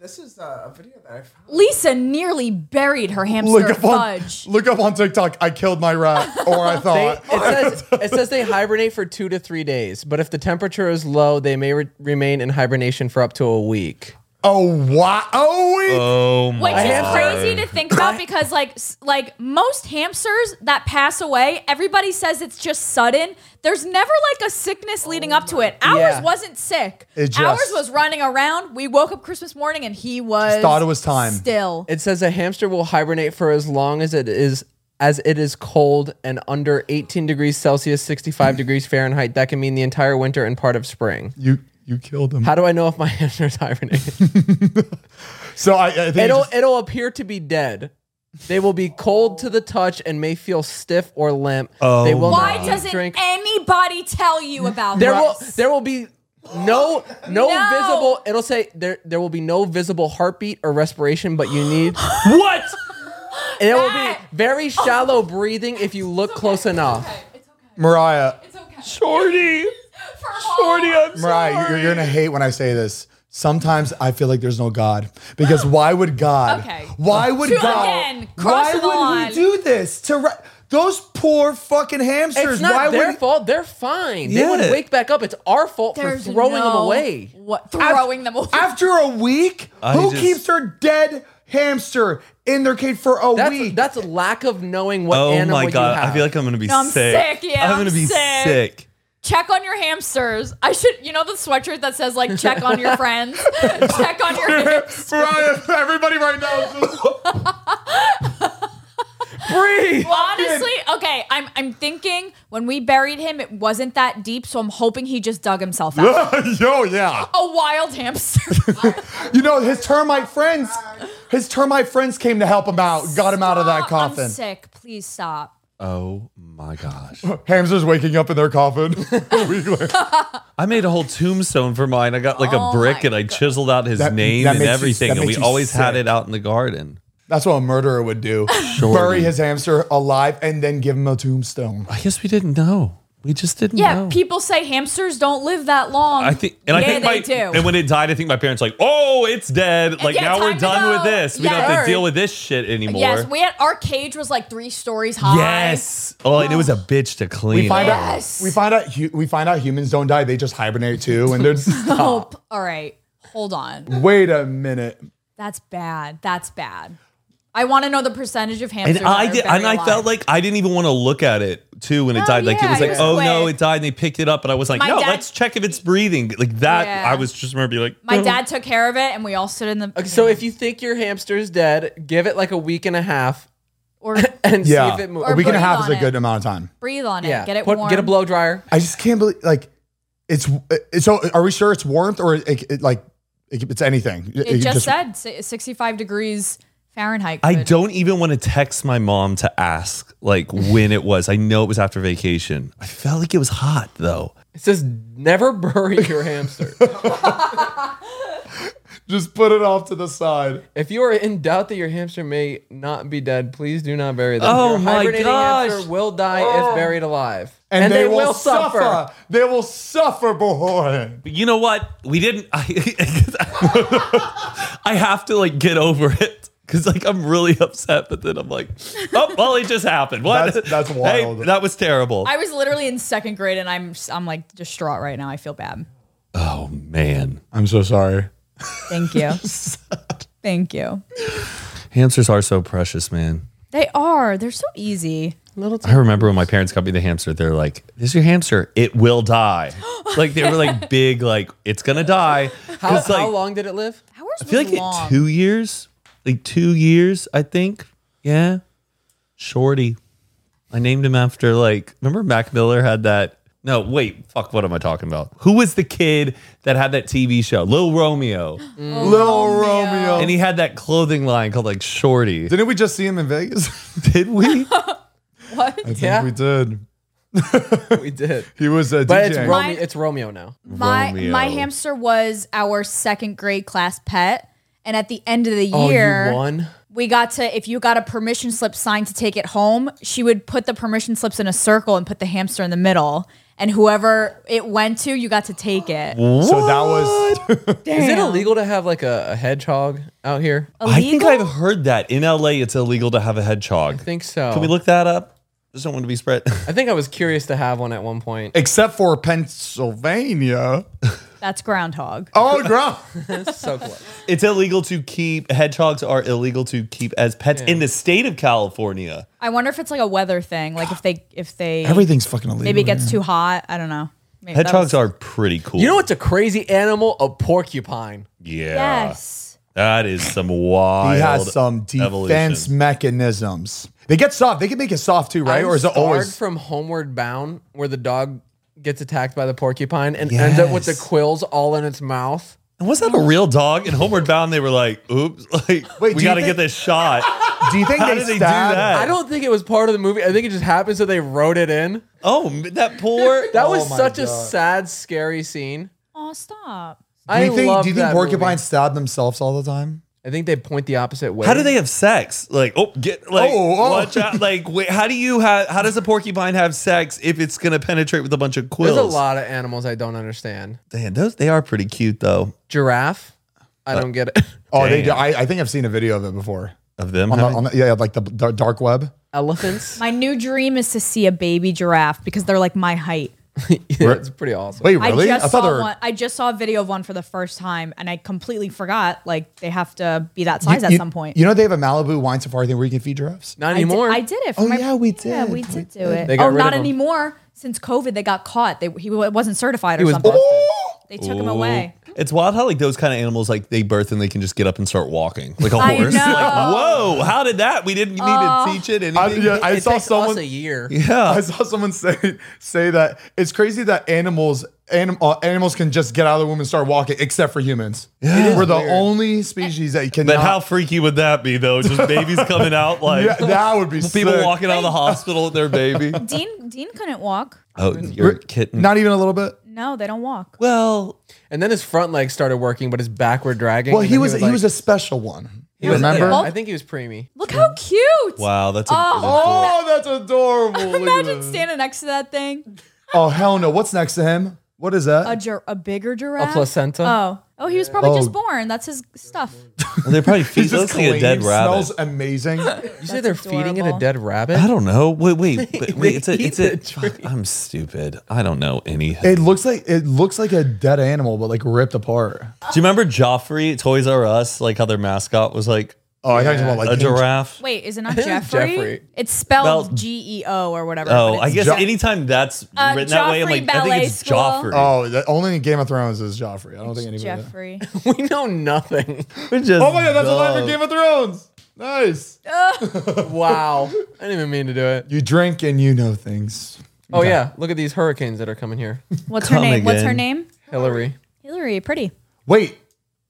E: This is uh, a video that I found.
C: Lisa nearly buried her
B: Look
C: hamster
B: up, on,
C: fudge.
B: look up on TikTok, I killed my rat, or I
A: They,
B: thought.
A: it, says, it says they hibernate for two to three days, but if the temperature is low, they may re- remain in hibernation for up to a week.
B: oh, wow. Oh, we.
D: oh my.
C: Which is
A: hamster.
C: crazy to think about because like s- like most hamsters that pass away, everybody says it's just sudden. There's never like a sickness leading up to it. Ours
A: Yeah.
C: wasn't sick.
B: Oh It just-
C: Ours was running around. We woke up Christmas morning and he was
B: thought it was time.
C: Still.
A: It says a hamster will hibernate for as long as it is as it is cold and under 18 degrees Celsius, 65 degrees Fahrenheit. That can mean the entire winter and part of spring.
B: you, you killed him.
A: How do I know if my hamster's hibernating?
B: So I, I think. you
A: it'll
B: just-
A: it'll appear to be dead. They will be cold to the touch and may feel stiff or limp. Oh, they will
C: Why
A: not eat,
C: doesn't
A: drink.
C: anybody tell you about
A: There will
C: this?
A: there will be no no,
C: No.
A: visible. It'll say there there will be no visible heartbeat or respiration, but you need
D: What?
A: it will be
C: Matt.
A: very shallow breathing if you look close enough.
C: Oh. It's okay.
B: Mariah,
C: It's okay.
D: Shorty,
C: For
D: Shorty,
C: all-
D: I'm
B: Mariah, you're,
D: sorry.
B: you're gonna hate when I say this. Sometimes I feel like there's no God because why would God?
C: Okay.
B: Why would
C: Two
B: God?
C: again,
B: why
C: crossing the
B: would
C: line.
B: He do this to ra- those poor fucking hamsters?
A: It's not
B: why
A: their
B: would?
A: fault. They're fine.
D: Yeah.
A: They would wake back up. It's our fault
C: There's
A: for throwing them
C: no-
A: away.
C: What
B: Af-
C: throwing them away?
B: after a week?
D: I
B: who
D: just-
B: keeps their dead hamster in their cage for a
A: That's
B: week?
A: that's lack of knowing what
D: Oh
A: animal
D: my god!
A: you have.
D: I feel like I'm gonna be
C: No, I'm
D: sick.
C: sick, yeah,
D: I'm gonna
C: I'm
D: be
C: sick.
D: sick.
C: check on your hamsters. I should, you know, the sweatshirt that says like check on your friends, check on your hips.
B: Mariah, everybody right now. is just-
A: breathe.
C: Honestly, okay, I'm I'm thinking when we buried him, it wasn't that deep, so I'm hoping he just dug himself out.
B: Yo, yeah.
C: A wild hamster.
B: You know his termite friends. His termite friends came to help him out, got him out of that
C: I'm
B: coffin.
C: sick. Please stop.
D: Oh my gosh!
B: Hamsters waking up in their coffin. a week later.
D: I made a whole tombstone for mine. I got like
C: Oh
D: a brick
C: my
D: and I chiseled out his
B: That-
D: name
B: that
D: and
B: makes you-
D: everything,
B: that
D: and
B: makes
D: we
B: you
D: always had
B: sick.
D: it out in the garden.
B: That's what a murderer would do. Bury his hamster alive and then give him a tombstone.
D: I guess we didn't know. We just didn't
C: Yeah,
D: know.
C: people say hamsters don't live that long.
D: I think,
C: yeah,
D: and I think
C: they
D: my,
C: do.
D: and when it died, I think my parents were like, oh, it's dead. Like
C: yeah,
D: now we're
C: time to
D: done with
C: go.
D: this. We don't have
C: Yes.
D: to deal with this shit anymore.
C: yes, we had our cage was like three stories high.
D: Yes. Oh, and it was a bitch to clean.
B: We find
C: Yes.
B: out. We find out. hu- We find out humans don't die. They just hibernate too. And they're
C: Oh, p- all right. Hold on.
B: wait a minute.
C: That's bad. That's bad. I want to know the percentage of hamsters.
D: And I
C: that are
D: did, and I
C: buried
D: felt
C: alive.
D: like I didn't even want to look at it too when it
C: Oh,
D: died. Like
C: yeah,
D: it was
C: you
D: like,
C: just
D: oh no,
C: quit.
D: it died. And they picked it up, and I was like,
C: My
D: no,
C: dad-
D: let's check if it's breathing. Like that,
C: Yeah.
D: I was just remember being like,
C: my
D: oh.
C: dad took care of it, and we all stood in the.
A: Okay, so if you think your hamster's dead, give it like a week and a half
C: or
A: and
B: Yeah,
A: see if it
C: Or
B: a
A: moves.
B: week and a
C: breathe
B: half is
C: on
B: a good
C: it.
B: amount of time.
C: breathe on it,
A: Yeah,
C: get it
A: Put-
C: warm.
A: Get a blow dryer.
B: I just can't believe. Like, it's it- so. Are we sure it's warmth or it, it, like it, it's anything?
C: It just, said si- 65 degrees Fahrenheit.
D: I
C: could-
D: don't even want to text my mom to ask like when it was. I know it was after vacation. I felt like it was hot though.
A: It says never bury your hamster.
B: Just put it off to the side.
A: if you are in doubt that your hamster may not be dead, please do not bury them.
D: Oh
A: your
D: my
A: hibernating
D: gosh. Oh.
A: hamster will die if buried alive,
B: And, they, will, suffer. They will suffer beforehand.
D: But you know what? We didn't. I, I have to like get over it because like I'm really upset, but then I'm like, oh well, it just happened. What?
B: That's- that's
D: Hey,
B: wild.
D: that was terrible.
C: I was literally in second grade, and I'm I'm like distraught right now. I feel bad.
D: oh man.
B: I'm so sorry.
C: Thank you. Thank you.
D: Hamsters are so precious, man.
C: They are. They're so easy.
A: Little t-
D: I remember when my parents got me the hamster, they're like, This is your hamster. It will die. like they were like big, like, it's gonna die.
A: how,
D: 'Cause, like,
A: how long did it live?
C: Ours was
D: I feel like it-
C: long.
D: two years. Like two years, I think. Yeah. Shorty. I named him after like remember Mac Miller had that no, wait, fuck what am I talking about? Who was the kid that had that TV show? Lil Romeo.
C: Oh,
B: Little Romeo.
D: And he had that clothing line called like Shorty.
B: Didn't we just see him in Vegas?
D: Did we?
C: what?
B: I think
A: Yeah.
B: we did.
A: We did,
B: He was a
A: but
B: DJ.
A: it's
C: Rome-
A: Romeo. It's Romeo now.
C: My
D: Romeo.
C: my hamster was our second grade class pet, and at the end of the
A: Oh,
C: year,
A: you won.
C: we got to if you got a permission slip signed to take it home, she would put the permission slips in a circle and put the hamster in the middle, and whoever it went to, you got to take it.
B: so that was
A: Is it illegal to have like a, a hedgehog out here? I
D: I think
C: Illegal?
D: I've heard that. In LA, it's illegal to have a hedgehog.
A: think so.
D: Can we look that up? Just don't want to be spread.
A: I think I was curious to have one at one point.
B: except for Pennsylvania.
C: That's groundhog.
B: Oh, ground.
A: It's so close.
D: it's illegal to keep hedgehogs are illegal to keep as pets in the state of California.
C: I wonder if it's like a weather thing, like if they if they
B: Everything's fucking illegal.
C: maybe it gets too hot. I don't know. Maybe that
D: Hedgehogs
C: was-
D: are pretty cool.
A: You know what's a crazy animal? A porcupine.
D: Yeah.
C: yes.
D: That is some wild.
B: He has some defense
D: evolution.
B: mechanisms. They get soft. They can make it soft too, right?
A: I'm
B: or is it
A: scarred
B: always?
A: from Homeward Bound, where the dog gets attacked by the porcupine and ends up with the
D: Yes.
A: quills all in its mouth.
D: And was that a real dog? In Homeward Bound, they were like, "Oops, like
B: Wait, do
D: we
B: you
D: got to
B: think-
D: get this shot."
B: Do you think
D: How
B: they
D: did they do
B: stab-
D: that?
A: I don't think it was part of the movie. I think it just happened, so they wrote it in.
D: oh, that poor.
A: That
B: Oh
A: was
B: my
A: such a
B: God.
A: sad, scary scene.
C: Oh, stop.
B: Do
A: I
B: you think,
A: love
B: do you
A: that
B: think porcupines
A: movie.
B: stab themselves all the time?
A: I think they point the opposite way.
D: How do they have sex? Like, oh, get like,
B: Oh, oh.
D: watch out. Like, wait, how do you have? How does a porcupine have sex if it's gonna penetrate with a bunch of
A: There's
D: quills?
A: a lot of animals I don't understand.
D: Damn, those they are pretty cute though.
A: Giraffe. I don't get it.
B: Oh, they do.
D: Damn.
B: I, I think I've seen a video of it before.
D: Of them,
B: On the,
D: having-
B: on the, yeah, like the, the dark web.
A: Elephants.
C: My new dream is to see a baby giraffe because they're like my height.
A: yeah, it's pretty awesome.
B: Wait, really?
C: I just
B: thought
C: saw
B: they were-
C: one. I just saw a video of one for the first time, and I completely forgot. Like they have to be that
B: you-
C: size at
B: you-
C: some point.
B: You know they have a Malibu wine safari thing where you can feed giraffes.
A: Not
C: I did,
A: anymore.
C: I did it. For
B: Oh,
C: my,
B: yeah, we
C: Yeah,
B: did. We
C: we did do
B: did.
C: it.
A: They got
C: oh,
A: rid
C: not
A: of 'em.
C: anymore. Since COVID, they got caught. They, he wa- wasn't certified or
A: was
C: something.
A: busted.
C: They took him away.
D: It's wild how like those kind of animals like they birth and they can just get up and start walking like a
C: I
D: horse.
C: know. Oh.
D: Like whoa, how did that? We didn't need to teach it. Anything.
B: I, yeah, I
A: It
B: saw
A: takes
B: someone.
A: us a year.
B: I saw someone say say that it's crazy that animals anim, uh, animals can just get out of the womb and start walking, except for humans. We're the only species that can.
D: But how freaky would that be though? Just babies coming out like
B: Yeah, that would be
D: people
B: sick.
D: walking out of the hospital with their baby.
C: Dean Dean couldn't walk.
D: Oh, you're a kitten.
B: Not even a little bit.
C: No, they don't walk.
D: well,
A: And then his front leg started working, but his back were dragging.
B: Well,
A: and
B: he
A: then
B: was he was,
A: like-
B: a special one.
A: He was-
B: Remember?
A: yeah, I think he was preemie.
C: Look how cute.
D: Wow, that's a,
C: Oh.
B: Oh, that's adorable. Look at
C: Imagine
B: that.
C: standing next to that thing.
B: Oh hell no! What's next to him? What is that?
C: A, gir- a bigger giraffe.
A: A placenta.
C: Oh. Oh, he was probably
B: Oh.
C: just born. That's his stuff.
D: they're probably feet.
B: It's just
D: Looks like a
B: clean,
D: dead rabbit.
B: Smells amazing.
A: you say they're feeding it a
C: adorable.
A: dead rabbit?
D: I don't know. Wait, wait, wait. wait it's a,
A: eat
D: it's a.
A: the tree.
D: fuck, I'm stupid. I don't know anything.
B: it looks like it looks like a dead animal, but like ripped apart.
D: Do you remember Joffrey Toys R Us? Like how their mascot was like
B: Oh, I thought you were talking about like
D: a
B: King-
D: giraffe.
C: Wait, is it not
A: It's
C: Jeffrey?
A: Jeffrey.
C: It's spelled
D: Spelled-
C: G E O or whatever.
D: Oh,
C: but
D: I
C: it's-
D: guess
B: Jo-
D: anytime that's
C: Uh,
D: written that way, I'm
C: Joffrey
D: like, I think
C: Ballet
D: it's
C: School.
D: Joffrey.
B: Oh, that only in Game of Thrones is Joffrey. I don't think anybody.
C: Jeffrey.
A: We know nothing.
B: Oh my god, that's a line for Game of Thrones. Nice.
A: wow. I didn't even mean to do it.
B: You drink and you know things.
A: Oh yeah, look at these hurricanes that are coming here.
C: What's her
D: Come
C: name? What's her
D: again.
C: name?
A: Hillary.
C: Hillary. Pretty.
B: Wait,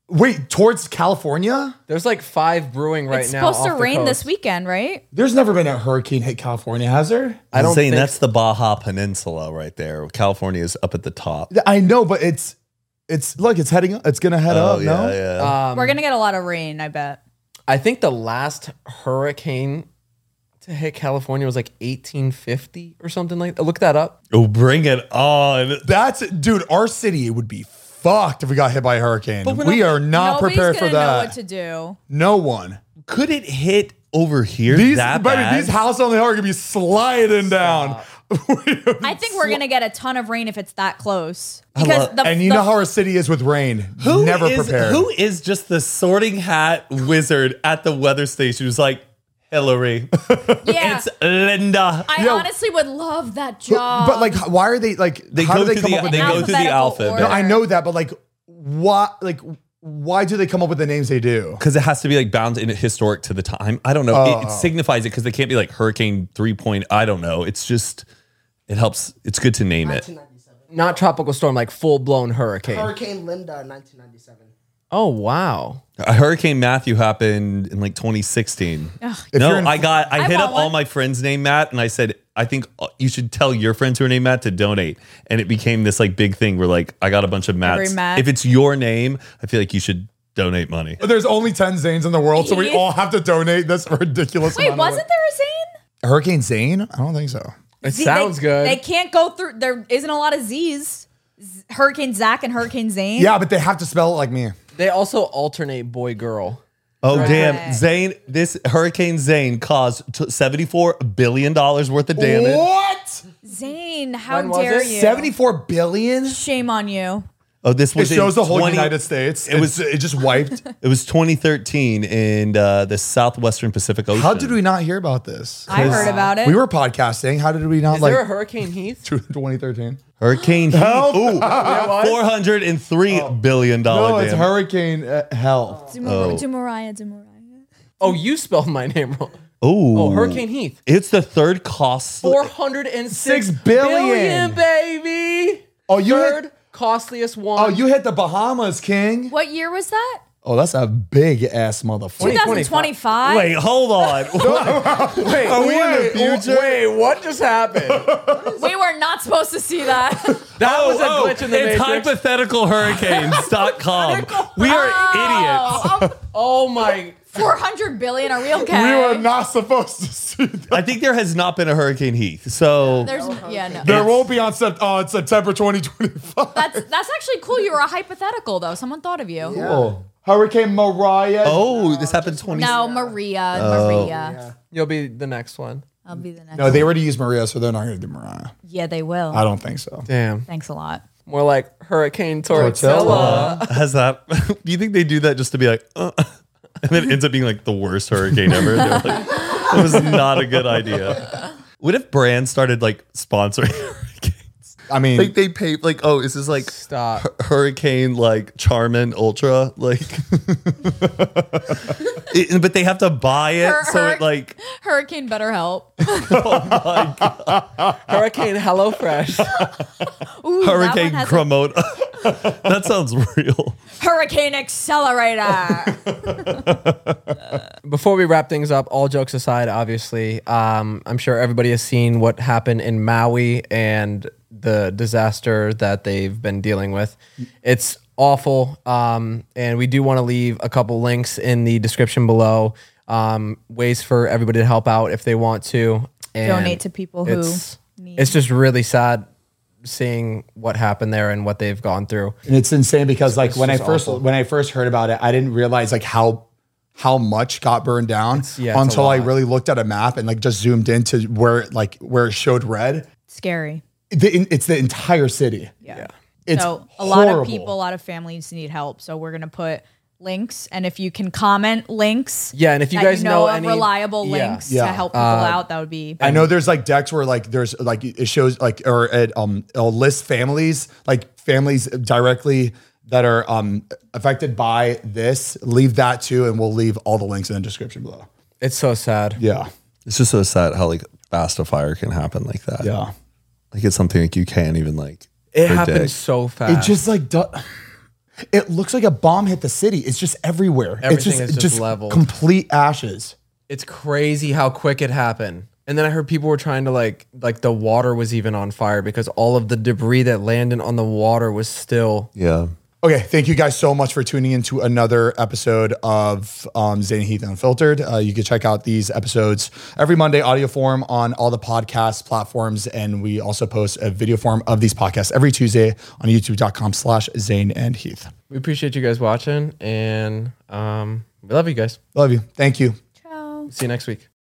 B: wait. Towards California,
A: There's like five brewing right
C: it's
A: now.
C: supposed to
A: off the
C: rain this
A: coast.
C: weekend, right?
B: there's never been a hurricane hit California, has there?
D: I
A: don't
D: don't saying
A: think-
D: that's the Baja Peninsula right there. California is up at the top.
B: I know, but it's it's look, it's heading. It's gonna head
D: oh
B: up.
D: yeah,
B: no. Uh,
D: yeah.
A: Um,
C: We're gonna get a lot of rain. I bet.
A: I think the last hurricane to hit California was like 1850 or something like that. Look that up.
D: oh, bring it on.
B: That's dude. Our city would be fucked if we got hit by a hurricane.
D: we're
B: We
D: not-
B: are not
C: Nobody's
B: prepared for
C: gonna
B: that.
C: Know what to do?
B: no one.
D: Could it hit over here?
B: These,
D: that
B: baby,
D: bad?
B: these houses on the hill are gonna be sliding down.
C: I think we're gonna get a ton of rain if it's that close.
D: love-
C: Because the,
B: and you
C: the-
B: know how our city is with rain.
D: Who
B: Never
D: is-
B: prepared.
D: Who is just the sorting hat wizard at the weather station who's like, Hillary,
C: yeah.
D: it's Linda.
C: I
B: Yo.
C: honestly would love that
B: Who-
C: job.
B: But like, h- why are they like?
D: They
B: how
D: go
B: do they
D: through
B: come
D: the-
B: up with
D: they
B: names?
D: go through the
C: Alphabetical
D: alphabet.
B: No,
C: order.
B: I know that, but like, why? Like, why do they come up with the names they do?
D: Because it has to be like bound in historic to the time. I don't know. It, it signifies it because they can't be like Hurricane 3. Point, I don't know. It's just, it helps. It's good to name it.
E: 1997.
A: Not tropical storm, like full blown hurricane.
E: Hurricane Linda, 1997.
A: oh wow.
D: A Hurricane Matthew happened in like 2016.
B: you're
D: no,
B: in-
D: I got I,
C: I
D: hit
C: want
D: up all
C: one.
D: my friends named Matt and I said I think uh, you should tell your friends who are named Matt to donate, and it became this like big thing where like I got a bunch of Matts.
C: Matt.
D: If it's your name, I feel like you should donate money.
B: There's only ten Zanes in the world, so we all have to donate this ridiculous.
C: Wait,
B: amount of-
C: wasn't there a Zane?
B: Hurricane Zane? I don't think so.
A: It
C: Z-
A: sounds
C: they,
A: good.
C: They can't go through. There isn't a lot of Z's. Z- Hurricane Zach and Hurricane Zane.
B: Yeah, but they have to spell it like me.
A: They also alternate boy girl.
D: Oh
C: Right.
D: damn, Zane! This Hurricane Zane caused t- 74 billion dollars worth of damage.
B: What?
C: Zane, how
A: When was
C: dare
A: it?
C: you?
B: Seventy-four billion.
C: Shame on you.
D: Oh, this
B: It
D: was in
B: shows the whole
D: 20
B: United States.
D: It was.
B: It just wiped.
D: It was 2013 in uh, the southwestern Pacific Ocean.
B: How did we not hear about this?
C: I heard about it.
B: We were podcasting. How did we not
A: Is
B: like
A: there a hurricane Heath?
B: 2013?
D: Hurricane Heat. Ooh, 403 billion dollar
B: Oh. No, it's
D: damage.
B: hurricane uh, hell.
C: Do, Mar- do Mariah, do Mariah.
A: Oh, you spelled my name wrong.
D: Ooh.
A: Oh, Hurricane Heath.
D: It's the third costly.
A: Four hundred and six
B: Six
A: billion,
B: billion.
A: baby.
B: Oh, you hit-
A: third costliest one.
B: Oh, you hit the Bahamas, King.
C: What year was that?
B: Oh, that's a big ass motherfucker.
C: 2025.
D: Wait, hold on.
A: wait,
D: Are we in the
A: wait,
D: future?
A: Wait, what just happened? That
C: We were not supposed to see that.
A: was a glitch in the
D: Oh, it's
A: matrix.
D: hypotheticalhurricanes.com. we are idiots.
A: oh my.
C: 400 billion. Are we okay?
B: We were not supposed to see that.
D: I think there has not been a Hurricane Heath. So
C: There's yeah no.
B: There won't be on Sep- oh, it's September 2025.
C: That's that's actually cool. You were a hypothetical though. Someone thought of you.
B: Cool. Hurricane Mariah.
D: Oh, this happened 20.
C: No, Maria, Maria.
A: You'll be the next one.
C: I'll be the next.
B: Oh. No, they already used Maria, so they're not going to do Mariah.
C: yeah, they will.
B: I don't think so.
A: Damn.
C: Thanks a lot.
A: More like Hurricane Tortilla.
B: Tortilla.
D: Has that? Do you think they do that just to be like, uh, and then it ends up being like the worst hurricane ever? They're like, it was not a good idea. What if brands started like sponsoring hurricanes?
B: I mean,
D: Like they pay like, oh, is this like
A: Stop.
D: Hur- hurricane like Charmin Ultra like It- but they have to buy it
C: Hur-
D: so it
C: hur-
D: like
C: Hurricane better help.
A: Hurricane HelloFresh.
C: Ooh, that
D: hurricane
C: one has a-
D: promote that sounds real
C: Hurricane accelerator.
A: Before we wrap things up, all jokes aside, obviously, um, I'm sure everybody has seen what happened in Maui and the disaster that they've been dealing with. It's awful. Um, and we do want to leave a couple links in the description below. Um, ways for everybody to help out if they want to. And
C: Donate to people who
A: it's,
C: need.
A: It's just really sad seeing what happened there and what they've gone through.
B: And it's insane because like when I
A: just
B: first
A: awful.
B: when I first heard about it, I didn't realize like how how much got burned down
A: yeah, it's a
B: until I
A: lot.
B: really looked at a map and like just zoomed into where like where it showed red.
C: scary.
B: The, it's the entire city.
C: Yeah.
B: It's
C: so a lot
B: horrible.
C: of people, a lot of families need help. So we're gonna put links, and if you can comment links,
A: Yeah, and if you
C: that
A: guys know
C: of
A: any-
C: reliable
A: yeah. Uh,
C: links
B: Yeah.
C: to help people out, that would be.
B: I know there's like decks where like there's like it shows like or it um it'll list families like families directly that are um affected by this. Leave that too, and we'll leave all the links in the description below.
A: It's so sad.
B: Yeah,
D: It's just so sad how like fast a fire can happen like that.
B: yeah.
D: Like it's something like you can't even like
A: It happened
D: predict.
A: so
C: Ah.
B: It
A: fast.
B: just like do- it looks like a bomb hit the city. It's just everywhere. it's
A: Everything
B: just,
A: is
B: it's
A: just
B: just
A: leveled.
B: complete ashes.
A: it's crazy how quick it happened. And then I heard people were trying to like like the water was even on fire because all of the debris that landed on the water was still
D: Yeah.
B: Okay, thank you guys so much for tuning in to another episode of um, Zane Heath Unfiltered. Uh, you can check out these episodes every Monday, audio form on all the podcast platforms, and we also post a video form of these podcasts every Tuesday on youtube.com slash Zane and Heath.
A: We appreciate you guys watching and um we love you guys.
B: Love you. Thank you.
C: Ciao.
A: See you next week.